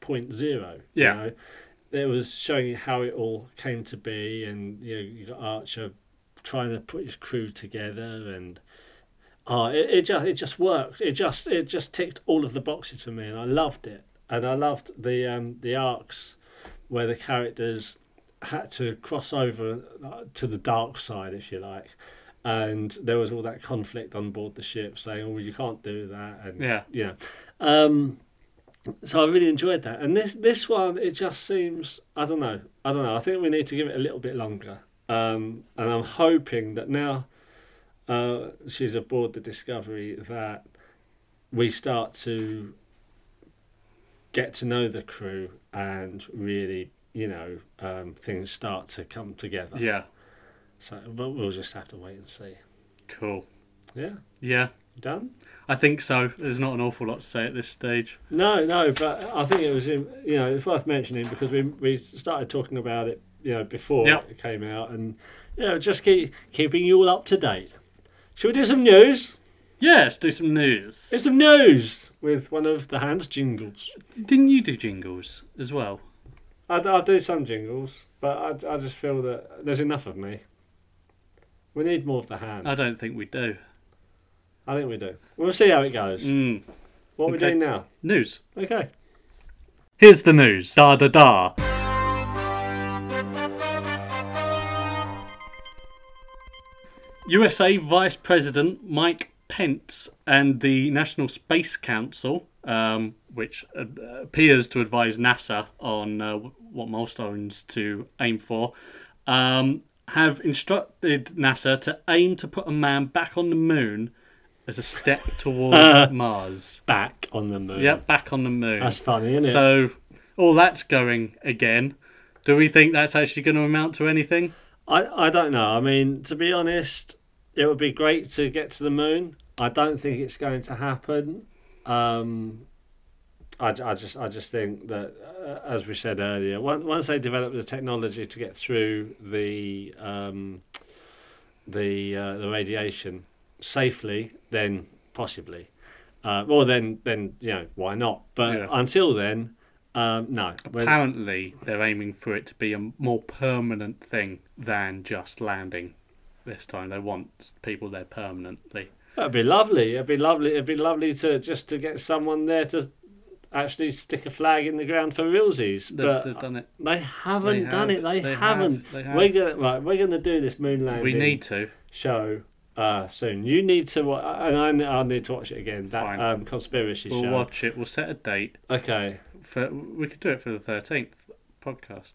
Speaker 1: point zero.
Speaker 2: Yeah.
Speaker 1: You know? It was showing you how it all came to be, and you know, you got Archer trying to put his crew together, and oh, it, it just it just worked. It just it just ticked all of the boxes for me, and I loved it. And I loved the um, the arcs where the characters had to cross over uh, to the dark side, if you like. And there was all that conflict on board the ship, saying, "Oh, you can't do that," and
Speaker 2: Yeah.
Speaker 1: you know. Um, so I really enjoyed that, and this this one it just seems I don't know I don't know I think we need to give it a little bit longer, um, and I'm hoping that now uh, she's aboard the Discovery that we start to get to know the crew and really you know um, things start to come together.
Speaker 2: Yeah.
Speaker 1: So, but we'll just have to wait and see.
Speaker 2: Cool.
Speaker 1: Yeah,
Speaker 2: Yeah.
Speaker 1: done.
Speaker 2: I think so. There's not an awful lot to say at this stage.
Speaker 1: No, no, but I think it was you know it's worth mentioning because we we started talking about it you know before
Speaker 2: Yep.
Speaker 1: it came out and you know just keep keeping you all up to date. Shall we do some news?
Speaker 2: Yeah, let's do some news.
Speaker 1: Here's some news with one of the hands jingles.
Speaker 2: Didn't you do jingles as well?
Speaker 1: I, I do some jingles, but I, I just feel that there's enough of me. We need more of the hand.
Speaker 2: I don't think we do.
Speaker 1: I think we do. We'll see how it goes.
Speaker 2: Mm.
Speaker 1: What we're
Speaker 2: okay.
Speaker 1: doing now?
Speaker 2: News.
Speaker 1: Okay.
Speaker 2: Here's the news. Da da da. USA Vice President Mike Pence and the National Space Council, um, which uh, appears to advise NASA on uh, what milestones to aim for, um, have instructed NASA to aim to put a man back on the moon as a step towards Mars.
Speaker 1: Back on the moon.
Speaker 2: Yep, back on the moon.
Speaker 1: That's funny, isn't it?
Speaker 2: So all that's going again. Do we think that's actually going to amount to anything?
Speaker 1: I, I don't know. I mean, to be honest, it would be great to get to the moon. I don't think it's going to happen. Um, I, j- I just I just think that, uh, as we said earlier, once, once they develop the technology to get through the um, the uh, the radiation safely, then possibly. Uh, well, then then you know why not? But
Speaker 2: Yeah.
Speaker 1: until then, um, no. We're-
Speaker 2: Apparently, they're aiming for it to be a more permanent thing than just landing. This time, they want people there permanently.
Speaker 1: That'd be lovely. It'd be lovely. It'd be lovely to just to get someone there to actually stick a flag in the ground for realsies.
Speaker 2: They've,
Speaker 1: but
Speaker 2: they've done it.
Speaker 1: they haven't
Speaker 2: They
Speaker 1: done
Speaker 2: have,
Speaker 1: it. They,
Speaker 2: they have,
Speaker 1: haven't.
Speaker 2: they have.
Speaker 1: We're gonna right. We're gonna do this moon landing
Speaker 2: We need to.
Speaker 1: show uh, soon. You need to wa- and I, I need to watch it again. That
Speaker 2: Fine.
Speaker 1: um, conspiracy
Speaker 2: We'll
Speaker 1: show.
Speaker 2: watch it. We'll set a date.
Speaker 1: Okay.
Speaker 2: For we could do it for the thirteenth podcast.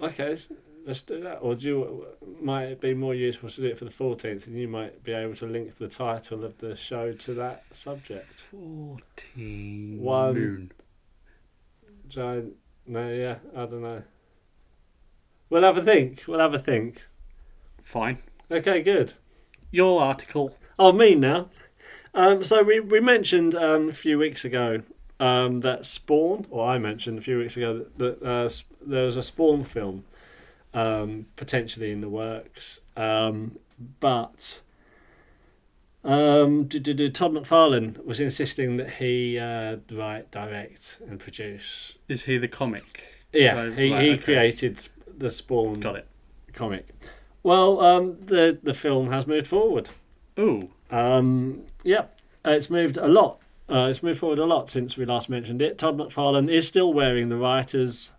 Speaker 1: Okay. let's- Let's do that. Or do you, might it be more useful to do it for the fourteenth, and you might be able to link the title of the show to that subject.
Speaker 2: Fourteen.
Speaker 1: One.
Speaker 2: Moon.
Speaker 1: giant. No, yeah, I don't know. We'll have a think. We'll have a think.
Speaker 2: Fine.
Speaker 1: Okay, good.
Speaker 2: Your article.
Speaker 1: Oh, me now. Um, so we we mentioned um, a few weeks ago um, that Spawn, or I mentioned a few weeks ago that, that uh, s- there was a Spawn film um, potentially in the works, um, but um, do, do, do, Todd McFarlane was insisting that he uh, write, direct, and produce
Speaker 2: Is he the comic?
Speaker 1: Yeah,
Speaker 2: So-
Speaker 1: he,
Speaker 2: right,
Speaker 1: he
Speaker 2: okay.
Speaker 1: created the Spawn
Speaker 2: Got it.
Speaker 1: comic. Well, um, the the film has moved forward.
Speaker 2: Ooh.
Speaker 1: Um, yeah, it's moved a lot. Uh, it's moved forward a lot since we last mentioned it. Todd McFarlane is still wearing the writer's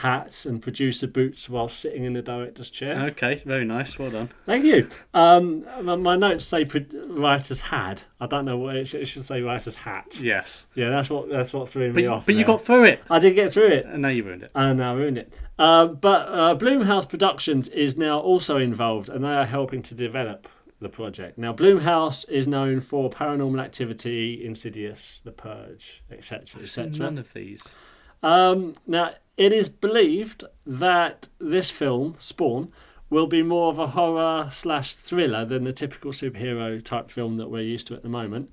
Speaker 1: hat and producer boots while sitting in the director's chair.
Speaker 2: Okay. Very nice. Well done.
Speaker 1: Thank you. Um, my, my notes say pro- writer's had. I don't know what it should, it should say. Writer's hat. Yeah.
Speaker 2: Yes.
Speaker 1: that's what that's what threw me
Speaker 2: But,
Speaker 1: off.
Speaker 2: but you
Speaker 1: there.
Speaker 2: got through it.
Speaker 1: I did get through it.
Speaker 2: And now you ruined it.
Speaker 1: And I ruined it. Uh, but uh, Bloomhouse Productions is now also involved and they are helping to develop the project. Now, Bloomhouse is known for Paranormal Activity, Insidious, The Purge, etc.
Speaker 2: None
Speaker 1: etc.
Speaker 2: of these.
Speaker 1: Um, now, it is believed that this film, Spawn, will be more of a horror slash thriller than the typical superhero type film that we're used to at the moment,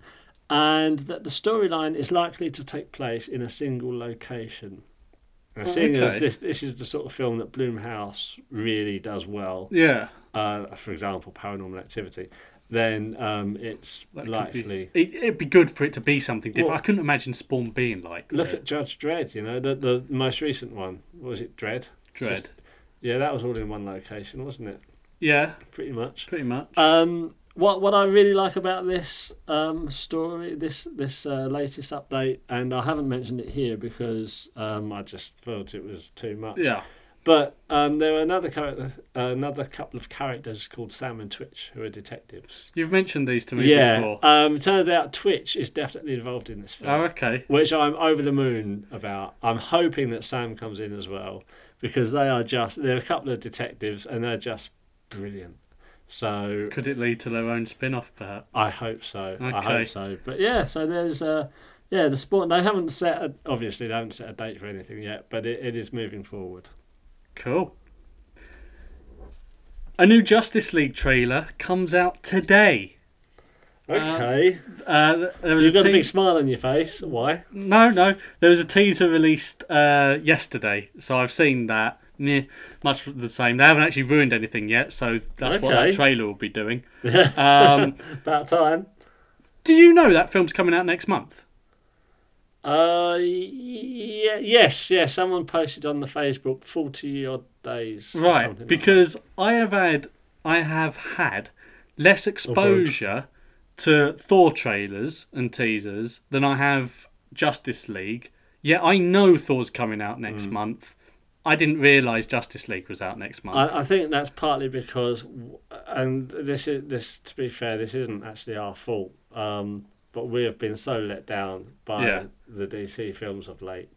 Speaker 1: and that the storyline is likely to take place in a single location. Now, seeing as
Speaker 2: Oh, okay.
Speaker 1: this, this is the sort of film that Bloomhouse really does well,
Speaker 2: Yeah.
Speaker 1: uh, for example, Paranormal Activity, then um, it's
Speaker 2: That could be-
Speaker 1: likely.
Speaker 2: it, it'd be good for it to be something different.
Speaker 1: Well-
Speaker 2: I couldn't imagine Spawn being like
Speaker 1: Look
Speaker 2: that.
Speaker 1: at Judge Dredd, you know, the, the most recent one. What was it Dredd?
Speaker 2: Dread.
Speaker 1: Yeah, that was all in one location, wasn't it?
Speaker 2: Yeah,
Speaker 1: Pretty much.
Speaker 2: pretty much.
Speaker 1: Um, what what I really like about this um, story, this this uh, latest update, and I haven't mentioned it here because um, I just felt it was too much.
Speaker 2: yeah.
Speaker 1: But um, there were another character, another couple of characters called Sam and Twitch, who are detectives.
Speaker 2: You've mentioned these to me
Speaker 1: Yeah.
Speaker 2: before.
Speaker 1: Um, turns out Twitch is definitely involved in this film
Speaker 2: oh, okay.
Speaker 1: which I'm over the moon about. I'm hoping that Sam comes in as well because they are just they're a couple of detectives and they're just brilliant. So
Speaker 2: Could it lead to their own spin off, perhaps?
Speaker 1: I hope so. I
Speaker 2: Okay.
Speaker 1: hope so. But yeah, so there's uh yeah the sport. They haven't set a, obviously they haven't set a date for anything yet, but it, it is moving forward.
Speaker 2: Cool. A new Justice League trailer comes out today.
Speaker 1: Okay,
Speaker 2: Uh, there was
Speaker 1: you've
Speaker 2: a
Speaker 1: got a
Speaker 2: te-
Speaker 1: big smile on your face. Why?
Speaker 2: No, no. There was a teaser released uh, yesterday, so I've seen that. Meh, much the same. They haven't actually ruined anything yet, so that's what that
Speaker 1: Okay.
Speaker 2: trailer will be doing. um,
Speaker 1: About time.
Speaker 2: did you know that film's coming out next month?
Speaker 1: Uh, yeah, yes, yes. Someone posted on the Facebook forty odd days. or
Speaker 2: Right,
Speaker 1: something like
Speaker 2: because I have had I have had less
Speaker 1: Oh,
Speaker 2: exposure to Thor trailers and teasers than I have Justice League. Yet I know Thor's coming out next month. I didn't realise Justice League was out next month.
Speaker 1: Mm. I, I think that's partly because, and this is this to be fair, this isn't actually our fault. Um, but we have been so let down by
Speaker 2: Yeah.
Speaker 1: the DC films of late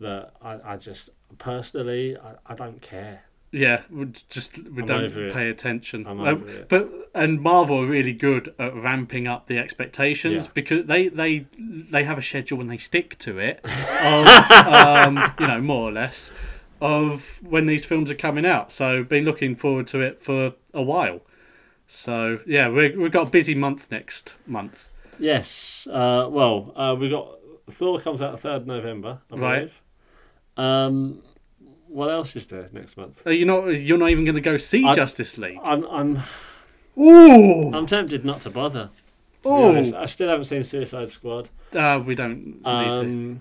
Speaker 1: that I, I just personally I, I don't care.
Speaker 2: Yeah, we j- just we
Speaker 1: I'm over
Speaker 2: don't
Speaker 1: it.
Speaker 2: pay attention.
Speaker 1: I'm
Speaker 2: Um,
Speaker 1: over it.
Speaker 2: But and Marvel are really good at ramping up the expectations
Speaker 1: Yeah.
Speaker 2: because they they they have a schedule and they stick to it. Of, um, you know, more or less of when these films are coming out. So been looking forward to it for a while. So yeah, we we've got a busy month next month.
Speaker 1: Yes. Uh, well, uh, we got Thor comes out third November. I
Speaker 2: Right.
Speaker 1: believe. Um, what else is there next month?
Speaker 2: Uh, You're not you're not even going to go see
Speaker 1: I-
Speaker 2: Justice League.
Speaker 1: I'm I'm
Speaker 2: Ooh,
Speaker 1: I'm tempted not to bother. to be honest.
Speaker 2: ooh.
Speaker 1: I still haven't seen Suicide Squad.
Speaker 2: Uh, we don't need to.
Speaker 1: Um,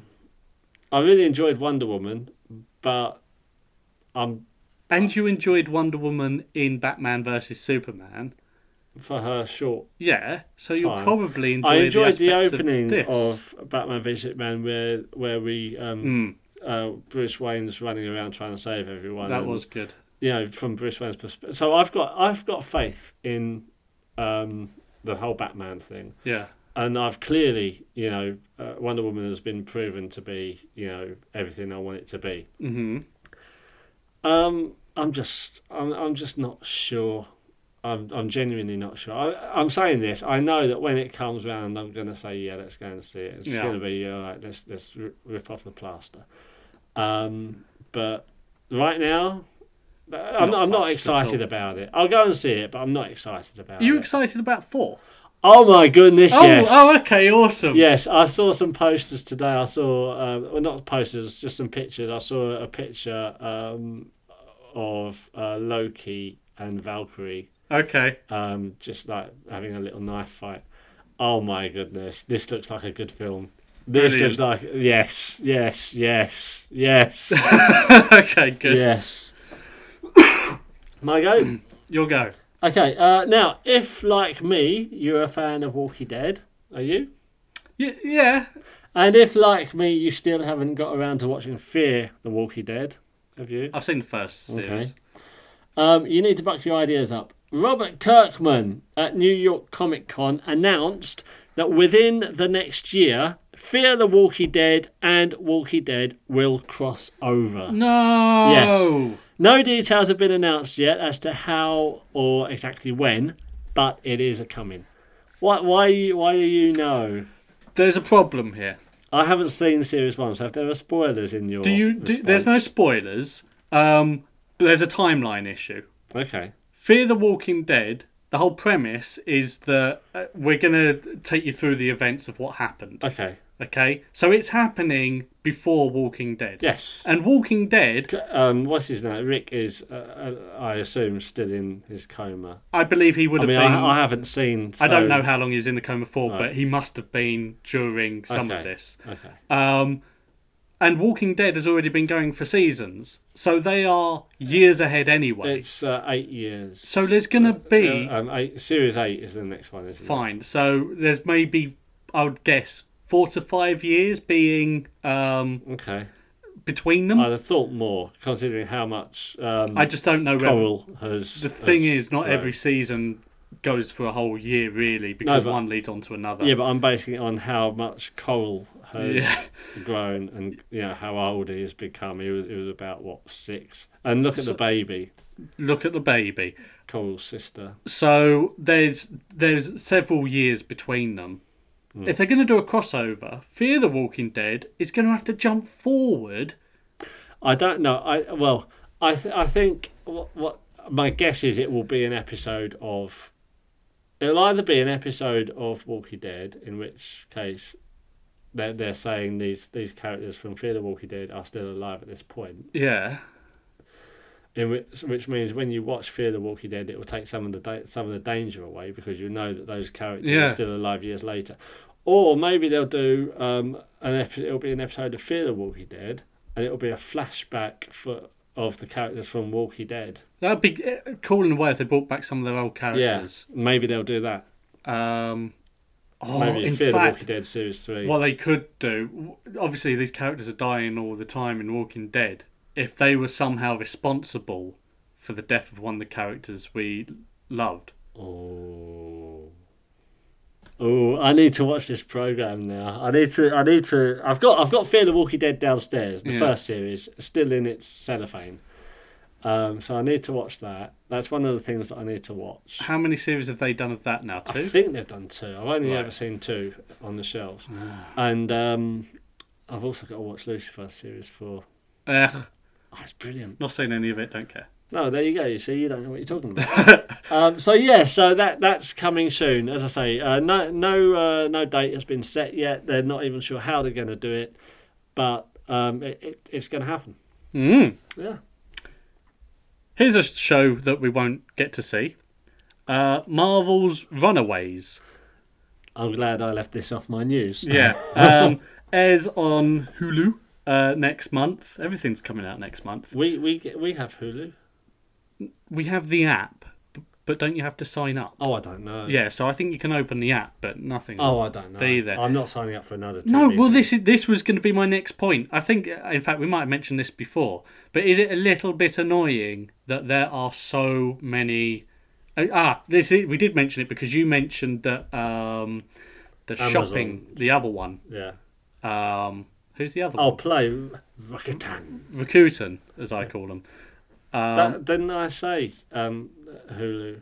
Speaker 1: I really enjoyed Wonder Woman, but um, I'm
Speaker 2: And you enjoyed Wonder Woman in Batman versus Superman.
Speaker 1: for her short.
Speaker 2: Yeah, so you'll
Speaker 1: Time.
Speaker 2: probably enjoy
Speaker 1: I enjoyed the,
Speaker 2: the, aspects
Speaker 1: opening
Speaker 2: this.
Speaker 1: of, Batman v Superman, where where we um, uh, Bruce Wayne's running around trying to save everyone.
Speaker 2: Hmm. that
Speaker 1: and,
Speaker 2: was good.
Speaker 1: you know from Bruce Wayne's perspective. So I've got I've got faith in um, the whole Batman thing.
Speaker 2: Yeah,
Speaker 1: and I've clearly, you know, uh, Wonder Woman has been proven to be, you know, everything I want it to be. Mm-hmm. Um, I'm just, I'm, I'm just not sure. I'm, I'm genuinely not sure. I, I'm saying this. I know that when it comes round, I'm going to say, yeah, let's go and see it. It's
Speaker 2: Yeah.
Speaker 1: going to be all right. Let's let's ri- rip off the plaster. Um, but right now, uh, I'm
Speaker 2: Not
Speaker 1: not, I'm not
Speaker 2: fussed at all.
Speaker 1: excited about it. I'll go and see it, but I'm not excited about
Speaker 2: are you
Speaker 1: it.
Speaker 2: excited about Thor?
Speaker 1: oh my goodness!
Speaker 2: Oh,
Speaker 1: yes.
Speaker 2: oh, okay, awesome.
Speaker 1: Yes, I saw some posters today. I saw, um, well, not posters, just some pictures. I saw a picture um, of uh, Loki and Valkyrie
Speaker 2: Okay,
Speaker 1: um, just like having a little knife fight. Oh my goodness, this looks like a good film. This looks
Speaker 2: Brilliant.
Speaker 1: like, yes, yes, yes, yes,
Speaker 2: okay, good.
Speaker 1: yes. my go.
Speaker 2: You'll go.
Speaker 1: Okay, uh, now, if like me, you're a fan of Walkie Dead, are you?
Speaker 2: Y- yeah,
Speaker 1: And if, like me, you still haven't got around to watching Fear the Walking Dead, have you?
Speaker 2: I've seen the first series.
Speaker 1: Um, you need to buck your ideas up. Robert Kirkman at New York Comic Con announced that within the next year, Fear the Walking Dead and Walking Dead will cross over.
Speaker 2: No.
Speaker 1: No details have been announced yet as to how or exactly when, but it is a coming. Why? Why? Why do you know?
Speaker 2: There's a problem here.
Speaker 1: I haven't seen series one, so if there are spoilers in your,
Speaker 2: Do you? Do, there's no spoilers. Um, but there's a timeline issue.
Speaker 1: okay.
Speaker 2: Fear the Walking Dead. The whole premise is that uh, we're gonna take you through the events of what happened.
Speaker 1: Okay.
Speaker 2: Okay, so it's happening before Walking Dead.
Speaker 1: Yes.
Speaker 2: And Walking Dead,
Speaker 1: Um, what's his name? Rick is, uh, uh, I assume, still in his coma.
Speaker 2: I believe he would
Speaker 1: I
Speaker 2: have
Speaker 1: mean,
Speaker 2: been.
Speaker 1: I, I haven't seen.
Speaker 2: I don't
Speaker 1: so- Oh.
Speaker 2: know how long he was in the coma for, but he must have been during some of
Speaker 1: Okay.
Speaker 2: this.
Speaker 1: Okay.
Speaker 2: Um, and Walking Dead has already been going for seasons, so they are years ahead anyway.
Speaker 1: It's uh, eight years.
Speaker 2: so there's gonna be
Speaker 1: Uh, um, eight, series eight is the next one, isn't
Speaker 2: fine. So there's maybe I would guess four to five years being um,
Speaker 1: it? Okay.
Speaker 2: between them.
Speaker 1: I'd have thought more, considering how much um,
Speaker 2: I just don't know whether
Speaker 1: Coral has.
Speaker 2: The thing is, not
Speaker 1: Right.
Speaker 2: every season goes for a whole year, really, because
Speaker 1: but-
Speaker 2: one leads on to another.
Speaker 1: Yeah, but I'm basing it on how much Coral has
Speaker 2: Yeah.
Speaker 1: grown and you know how old he has become. He was he was about what six, and look at the baby,
Speaker 2: Look at the baby.
Speaker 1: Coral's sister.
Speaker 2: So there's there's several years between them.
Speaker 1: Hmm.
Speaker 2: If they're going to do a crossover, Fear the Walking Dead is going to have to jump forward.
Speaker 1: I don't know. I well, I th- I think what, what my guess is it will be an episode of. It'll either be an episode of Walking Dead, in which case they're, they're saying these, these characters from Fear the Walking Dead are still alive at this point,
Speaker 2: Yeah,
Speaker 1: in which, which means when you watch Fear the Walking Dead, it will take some of the da- some of the danger away because you know that those characters
Speaker 2: Yeah.
Speaker 1: are still alive years later. Or maybe they'll do um, an ep- it'll be an episode of Fear the Walking Dead, and it'll be a flashback for of the characters from Walking Dead.
Speaker 2: that'd be eh, cool in a way if they brought back some of their old characters.
Speaker 1: Yeah, maybe they'll do that.
Speaker 2: Um, oh,
Speaker 1: Maybe
Speaker 2: in
Speaker 1: Fear the
Speaker 2: fact,
Speaker 1: Walking Dead series three.
Speaker 2: what they could do obviously these characters are dying all the time in walking dead if they were somehow responsible for the death of one of the characters we loved
Speaker 1: Oh. Oh, I need to watch this program now. I need to. I need to. I've got. I've got Fear the Walking Dead downstairs. The
Speaker 2: Yeah.
Speaker 1: first series still in its cellophane. Um, so I need to watch that. That's one of the things that I need to watch.
Speaker 2: how many series have they done of that now
Speaker 1: I
Speaker 2: two
Speaker 1: think they've done two. I've only
Speaker 2: Right. Ah.
Speaker 1: ever seen two on the shelves, and um, I've also got to watch Lucifer series four.
Speaker 2: Ugh,
Speaker 1: Oh, it's brilliant.
Speaker 2: not saying any of it don't care
Speaker 1: No, there you go. You see, you don't know what you're talking about. um, so yeah, so that that's coming soon. As I say, uh, no no uh, no date has been set yet. They're not even sure how they're going to do it, but um, it, it, it's going to happen.
Speaker 2: mm.
Speaker 1: Yeah.
Speaker 2: here's a show that we won't get to see uh, marvel's runaways
Speaker 1: I'm glad I left this off my news.
Speaker 2: yeah um, airs on hulu uh, next month everything's coming out next month
Speaker 1: We we get- we have Hulu.
Speaker 2: we have the app b- but don't you have to sign up
Speaker 1: Oh, I don't know.
Speaker 2: Yeah, so I think you can open the app, but nothing.
Speaker 1: Oh, I don't know.
Speaker 2: They either.
Speaker 1: I'm not signing up for another.
Speaker 2: no.
Speaker 1: TV
Speaker 2: Well,
Speaker 1: thing.
Speaker 2: this is this was going to be my next point. I think, in fact, we might have mentioned this before. But is it a little bit annoying that there are so many? uh, Ah, this is, we did mention it because you mentioned that um, the
Speaker 1: Amazon.
Speaker 2: shopping, the other one.
Speaker 1: Yeah.
Speaker 2: Um, who's the other
Speaker 1: I'll
Speaker 2: one?
Speaker 1: play Rakuten.
Speaker 2: Rakuten, as I call them.
Speaker 1: that, didn't I say um, Hulu?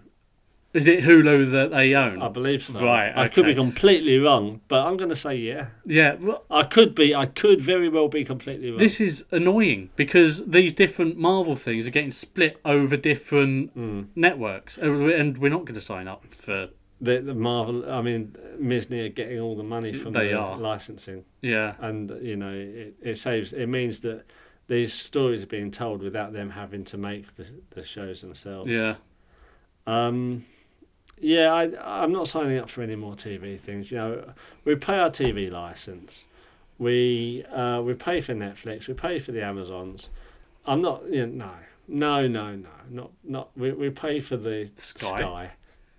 Speaker 2: Is it Hulu that they own?
Speaker 1: I believe so.
Speaker 2: Right,
Speaker 1: I could be
Speaker 2: okay.
Speaker 1: completely wrong, but I'm going to say yeah.
Speaker 2: yeah. Well,
Speaker 1: I could be. I could very well be completely wrong.
Speaker 2: this is annoying because these different Marvel things are getting split over different
Speaker 1: Hmm.
Speaker 2: networks, and we- and we're not going to sign up for.
Speaker 1: the, the Marvel. I mean, Disney are getting all the money from
Speaker 2: They
Speaker 1: the
Speaker 2: are.
Speaker 1: licensing,
Speaker 2: Yeah,
Speaker 1: and you know, it, it saves. It means that these stories are being told without them having to make the, the shows themselves.
Speaker 2: yeah.
Speaker 1: Um, yeah, I, I'm not signing up for any more TV things. You know, we pay our TV license, we uh, we pay for Netflix, we pay for the Amazons. I'm not. You know, no, no, no, no, not not. We we pay for the
Speaker 2: Sky.
Speaker 1: Sky.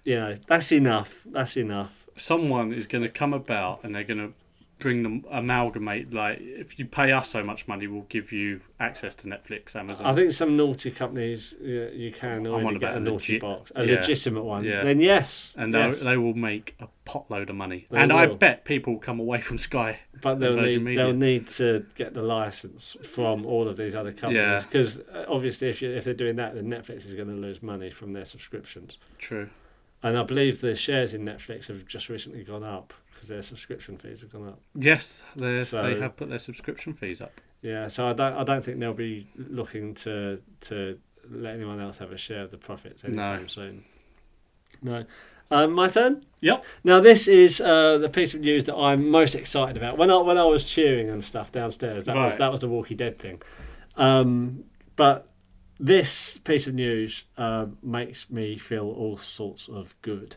Speaker 1: You know, that's enough. That's enough.
Speaker 2: Someone is going to come about, and they're going to bring them amalgamate. Like, if you pay us so much money, we'll give you access to Netflix, Amazon.
Speaker 1: I think some naughty companies yeah, you can
Speaker 2: on
Speaker 1: already
Speaker 2: about
Speaker 1: get a
Speaker 2: a
Speaker 1: naughty
Speaker 2: legit-
Speaker 1: box, a
Speaker 2: yeah.
Speaker 1: legitimate one.
Speaker 2: Yeah.
Speaker 1: Then yes,
Speaker 2: and they,
Speaker 1: yes.
Speaker 2: they will make a potload of money.
Speaker 1: They
Speaker 2: and I
Speaker 1: will.
Speaker 2: bet people will come away from Sky.
Speaker 1: But
Speaker 2: and
Speaker 1: they'll
Speaker 2: Virgin
Speaker 1: need,
Speaker 2: Media.
Speaker 1: they'll need to get the license from all of these other
Speaker 2: Yeah.
Speaker 1: companies because obviously if you, if they're doing that, then Netflix is going to lose money from their subscriptions.
Speaker 2: True.
Speaker 1: And I believe the shares in Netflix have just recently gone up because their subscription fees have gone up.
Speaker 2: Yes, they they
Speaker 1: So-
Speaker 2: have put their subscription fees up.
Speaker 1: Yeah, so I don't I don't think they'll be looking to to let anyone else have a share of the profits anytime soon. No, Um, my turn.
Speaker 2: Yep.
Speaker 1: Now, this is uh, the piece of news that I'm most excited about. When I when I was cheering and stuff downstairs, that was
Speaker 2: Right.
Speaker 1: that was the Walkie Dead thing. Um, but this piece of news uh, makes me feel all sorts of good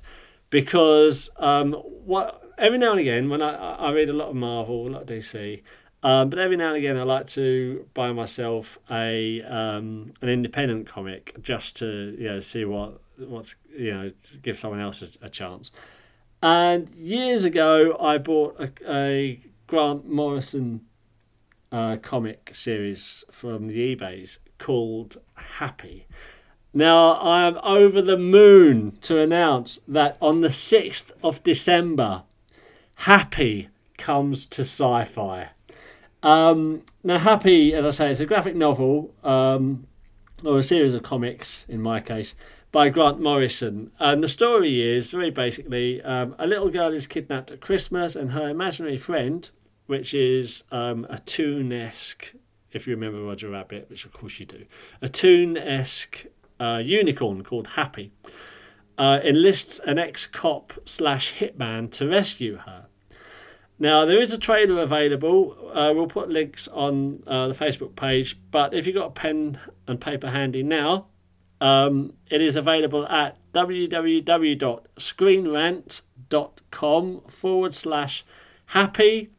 Speaker 1: because um, what every now and again when I, I I read a lot of Marvel, a lot of DC. Um, but every now and again, I like to buy myself a um, an independent comic just to you know see what what's you know give someone else a, a chance. And years ago, I bought a, a Grant Morrison uh, comic series from the eBays called Happy. Now, I am over the moon to announce that on the 6th of December, Happy comes to sci fi. Um, now, Happy, as I say, it's a graphic novel um, or a series of comics, in my case, by Grant Morrison. And the story is very basically um, a little girl is kidnapped at Christmas, and her imaginary friend, which is um, a Toon esque, if you remember Roger Rabbit, which of course you do, a Toon esque uh, unicorn called Happy, uh, enlists an ex cop slash hitman to rescue her. Now there is a trailer available. Uh, we'll put links on uh, the Facebook page. But if you've got a pen and paper handy now, um, it is available at www.screenrant.com forward slash happy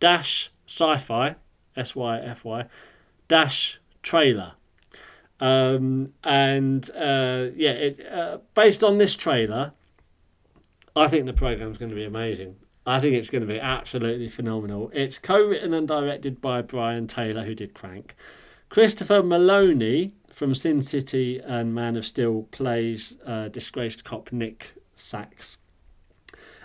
Speaker 1: dash sci-fi s y f y dash trailer. Um, and uh, yeah, it, uh, based on this trailer, I think the programme's going to be amazing. I think it's going to be absolutely phenomenal. It's co written and directed by Brian Taylor, who did Crank. Christopher Maloney from Sin City and Man of Steel plays uh, disgraced cop Nick Sachs.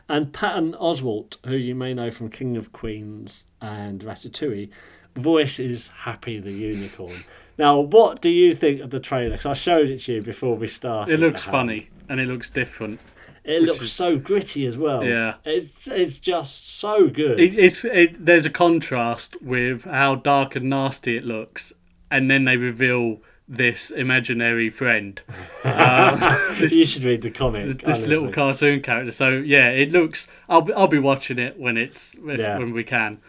Speaker 1: And Patton Oswalt, who you may know from King of Queens and Ratatouille, voices Happy the Unicorn. now, what do you think of the trailer? 'Cause I showed it to you before we started.
Speaker 2: It looks
Speaker 1: Matt.
Speaker 2: funny and it looks different.
Speaker 1: It
Speaker 2: which
Speaker 1: looks
Speaker 2: is-
Speaker 1: so gritty as well.
Speaker 2: Yeah.
Speaker 1: it's it's just so good.
Speaker 2: It, it's it, there's a contrast with how dark and nasty it looks, and then they reveal this imaginary friend, Uh,
Speaker 1: you
Speaker 2: this,
Speaker 1: should read the comic.
Speaker 2: this little
Speaker 1: honestly.
Speaker 2: cartoon character. So yeah, it looks. I'll be, I'll be watching it when it's if,
Speaker 1: Yeah.
Speaker 2: when we can.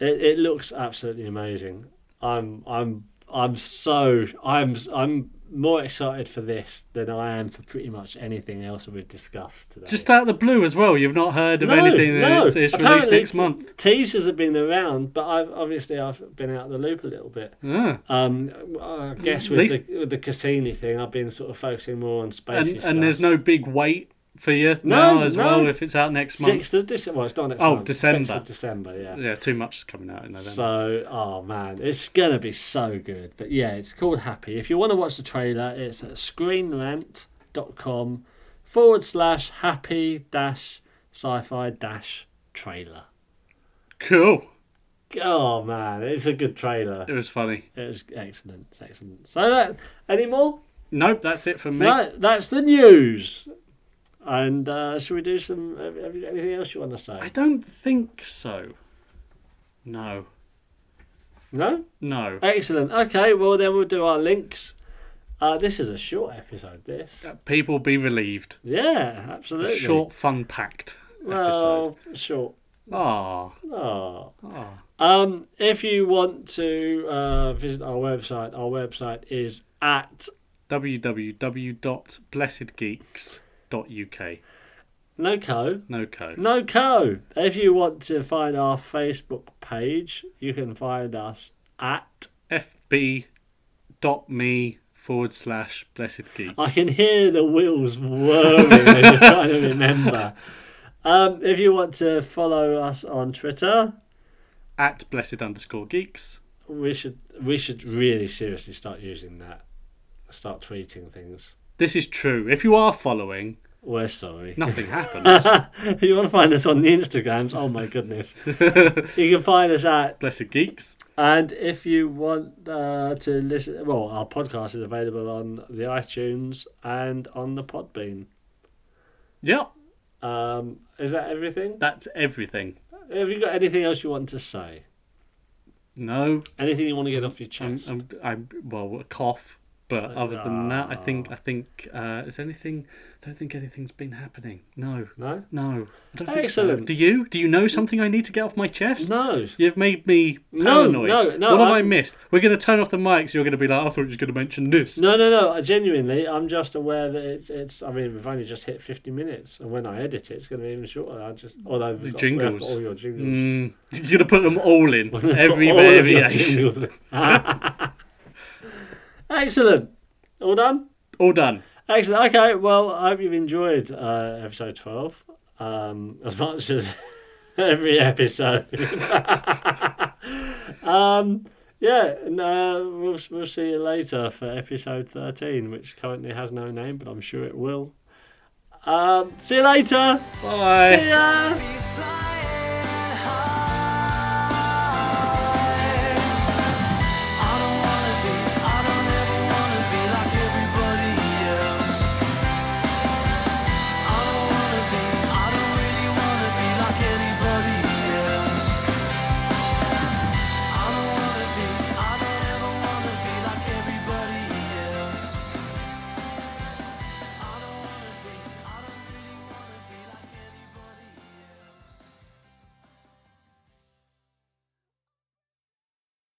Speaker 1: It, it looks absolutely amazing. I'm I'm I'm so I'm I'm more excited for this than I am for pretty much anything else that we've discussed today.
Speaker 2: Just out of the blue as well. You've not heard of anything. and It's, it's released
Speaker 1: apparently
Speaker 2: next month.
Speaker 1: Teasers have been around, but I've obviously I've been out of the loop a little bit.
Speaker 2: Yeah.
Speaker 1: Um, I guess with,
Speaker 2: Ah. Least-
Speaker 1: the, with the Cassini thing, I've been sort of focusing more on space
Speaker 2: And, and there's no big wait for you
Speaker 1: No,
Speaker 2: now as
Speaker 1: no.
Speaker 2: well if it's out next month.
Speaker 1: Sixth of December. Well, it's not next
Speaker 2: Oh,
Speaker 1: month,
Speaker 2: December.
Speaker 1: 6th of December, yeah.
Speaker 2: Yeah, too much is coming out in November.
Speaker 1: So, oh man, it's gonna be so good. But yeah, it's called Happy. If you want to watch the trailer, it's at screenrant.com forward slash happy dash sci-fi dash trailer.
Speaker 2: cool.
Speaker 1: Oh man, it's a good trailer.
Speaker 2: It was funny.
Speaker 1: It was excellent, it's excellent. So that any more?
Speaker 2: Nope, that's it from me.
Speaker 1: That, that's the news. And uh, should we do some? Have have you got anything else you want to
Speaker 2: I
Speaker 1: say?
Speaker 2: don't think so. No.
Speaker 1: No.
Speaker 2: No.
Speaker 1: Excellent. Okay, well then we'll do our links. Uh, this is a short episode. This.
Speaker 2: People be relieved.
Speaker 1: Yeah, absolutely.
Speaker 2: Short, fun packed
Speaker 1: Well, short.
Speaker 2: episode. Ah.
Speaker 1: Oh.
Speaker 2: ah.
Speaker 1: Um, if you want to uh, visit our website, our website is at
Speaker 2: www.blessedgeeks.uk.
Speaker 1: NoCo.
Speaker 2: No co.
Speaker 1: NoCo. If you want to find our Facebook page, you can find us at.
Speaker 2: fb.me forward slash blessed geeks.
Speaker 1: I can hear the wheels whirring as you're trying to remember. Um, if you want to follow us on Twitter,
Speaker 2: At blessed underscore geeks.
Speaker 1: We should we should really seriously start using that. Start tweeting things.
Speaker 2: This is true. If you are following,
Speaker 1: We're sorry.
Speaker 2: nothing happens.
Speaker 1: if you want to find us on the Instagrams, oh my goodness, you can find us at.
Speaker 2: blessed geeks.
Speaker 1: And if you want uh, to listen, well, our podcast is available on the iTunes and on the Podbean.
Speaker 2: Yep.
Speaker 1: Um, is that everything?
Speaker 2: That's everything.
Speaker 1: Have you got anything else you want to say?
Speaker 2: No.
Speaker 1: Anything you want to get off your
Speaker 2: I'm,
Speaker 1: chest?
Speaker 2: I'm, I'm well, a cough. But other than that, I think I think uh, is anything. I don't think anything's been happening. No,
Speaker 1: No?
Speaker 2: no. I don't think so.
Speaker 1: Excellent.
Speaker 2: Do you? Do you know something I need to get off my chest?
Speaker 1: No.
Speaker 2: You've made me
Speaker 1: No,
Speaker 2: paranoid.
Speaker 1: no, no,
Speaker 2: What have I
Speaker 1: I'm-
Speaker 2: missed? We're going to turn off the mics. You're going to be like, I thought you was going to mention this.
Speaker 1: No, no, no. I Genuinely, I'm just aware that it's, it's. I mean, we've only just hit 50 minutes, and when I edit it, it's going to be even shorter. I just, although we've got-
Speaker 2: The
Speaker 1: we've got
Speaker 2: jingles.
Speaker 1: all your jingles,
Speaker 2: Mm, you're going to put them all in every
Speaker 1: All of your
Speaker 2: variation.
Speaker 1: jingles. Excellent. All done.
Speaker 2: All done.
Speaker 1: Excellent. Okay. Well, I hope you've enjoyed uh, episode 12 um, as much as every episode. um, yeah. And, uh, we'll, we'll see you later for episode 13, which currently has no name, but I'm sure it will. Um, see you later.
Speaker 2: Bye.
Speaker 1: See ya.
Speaker 4: be flying.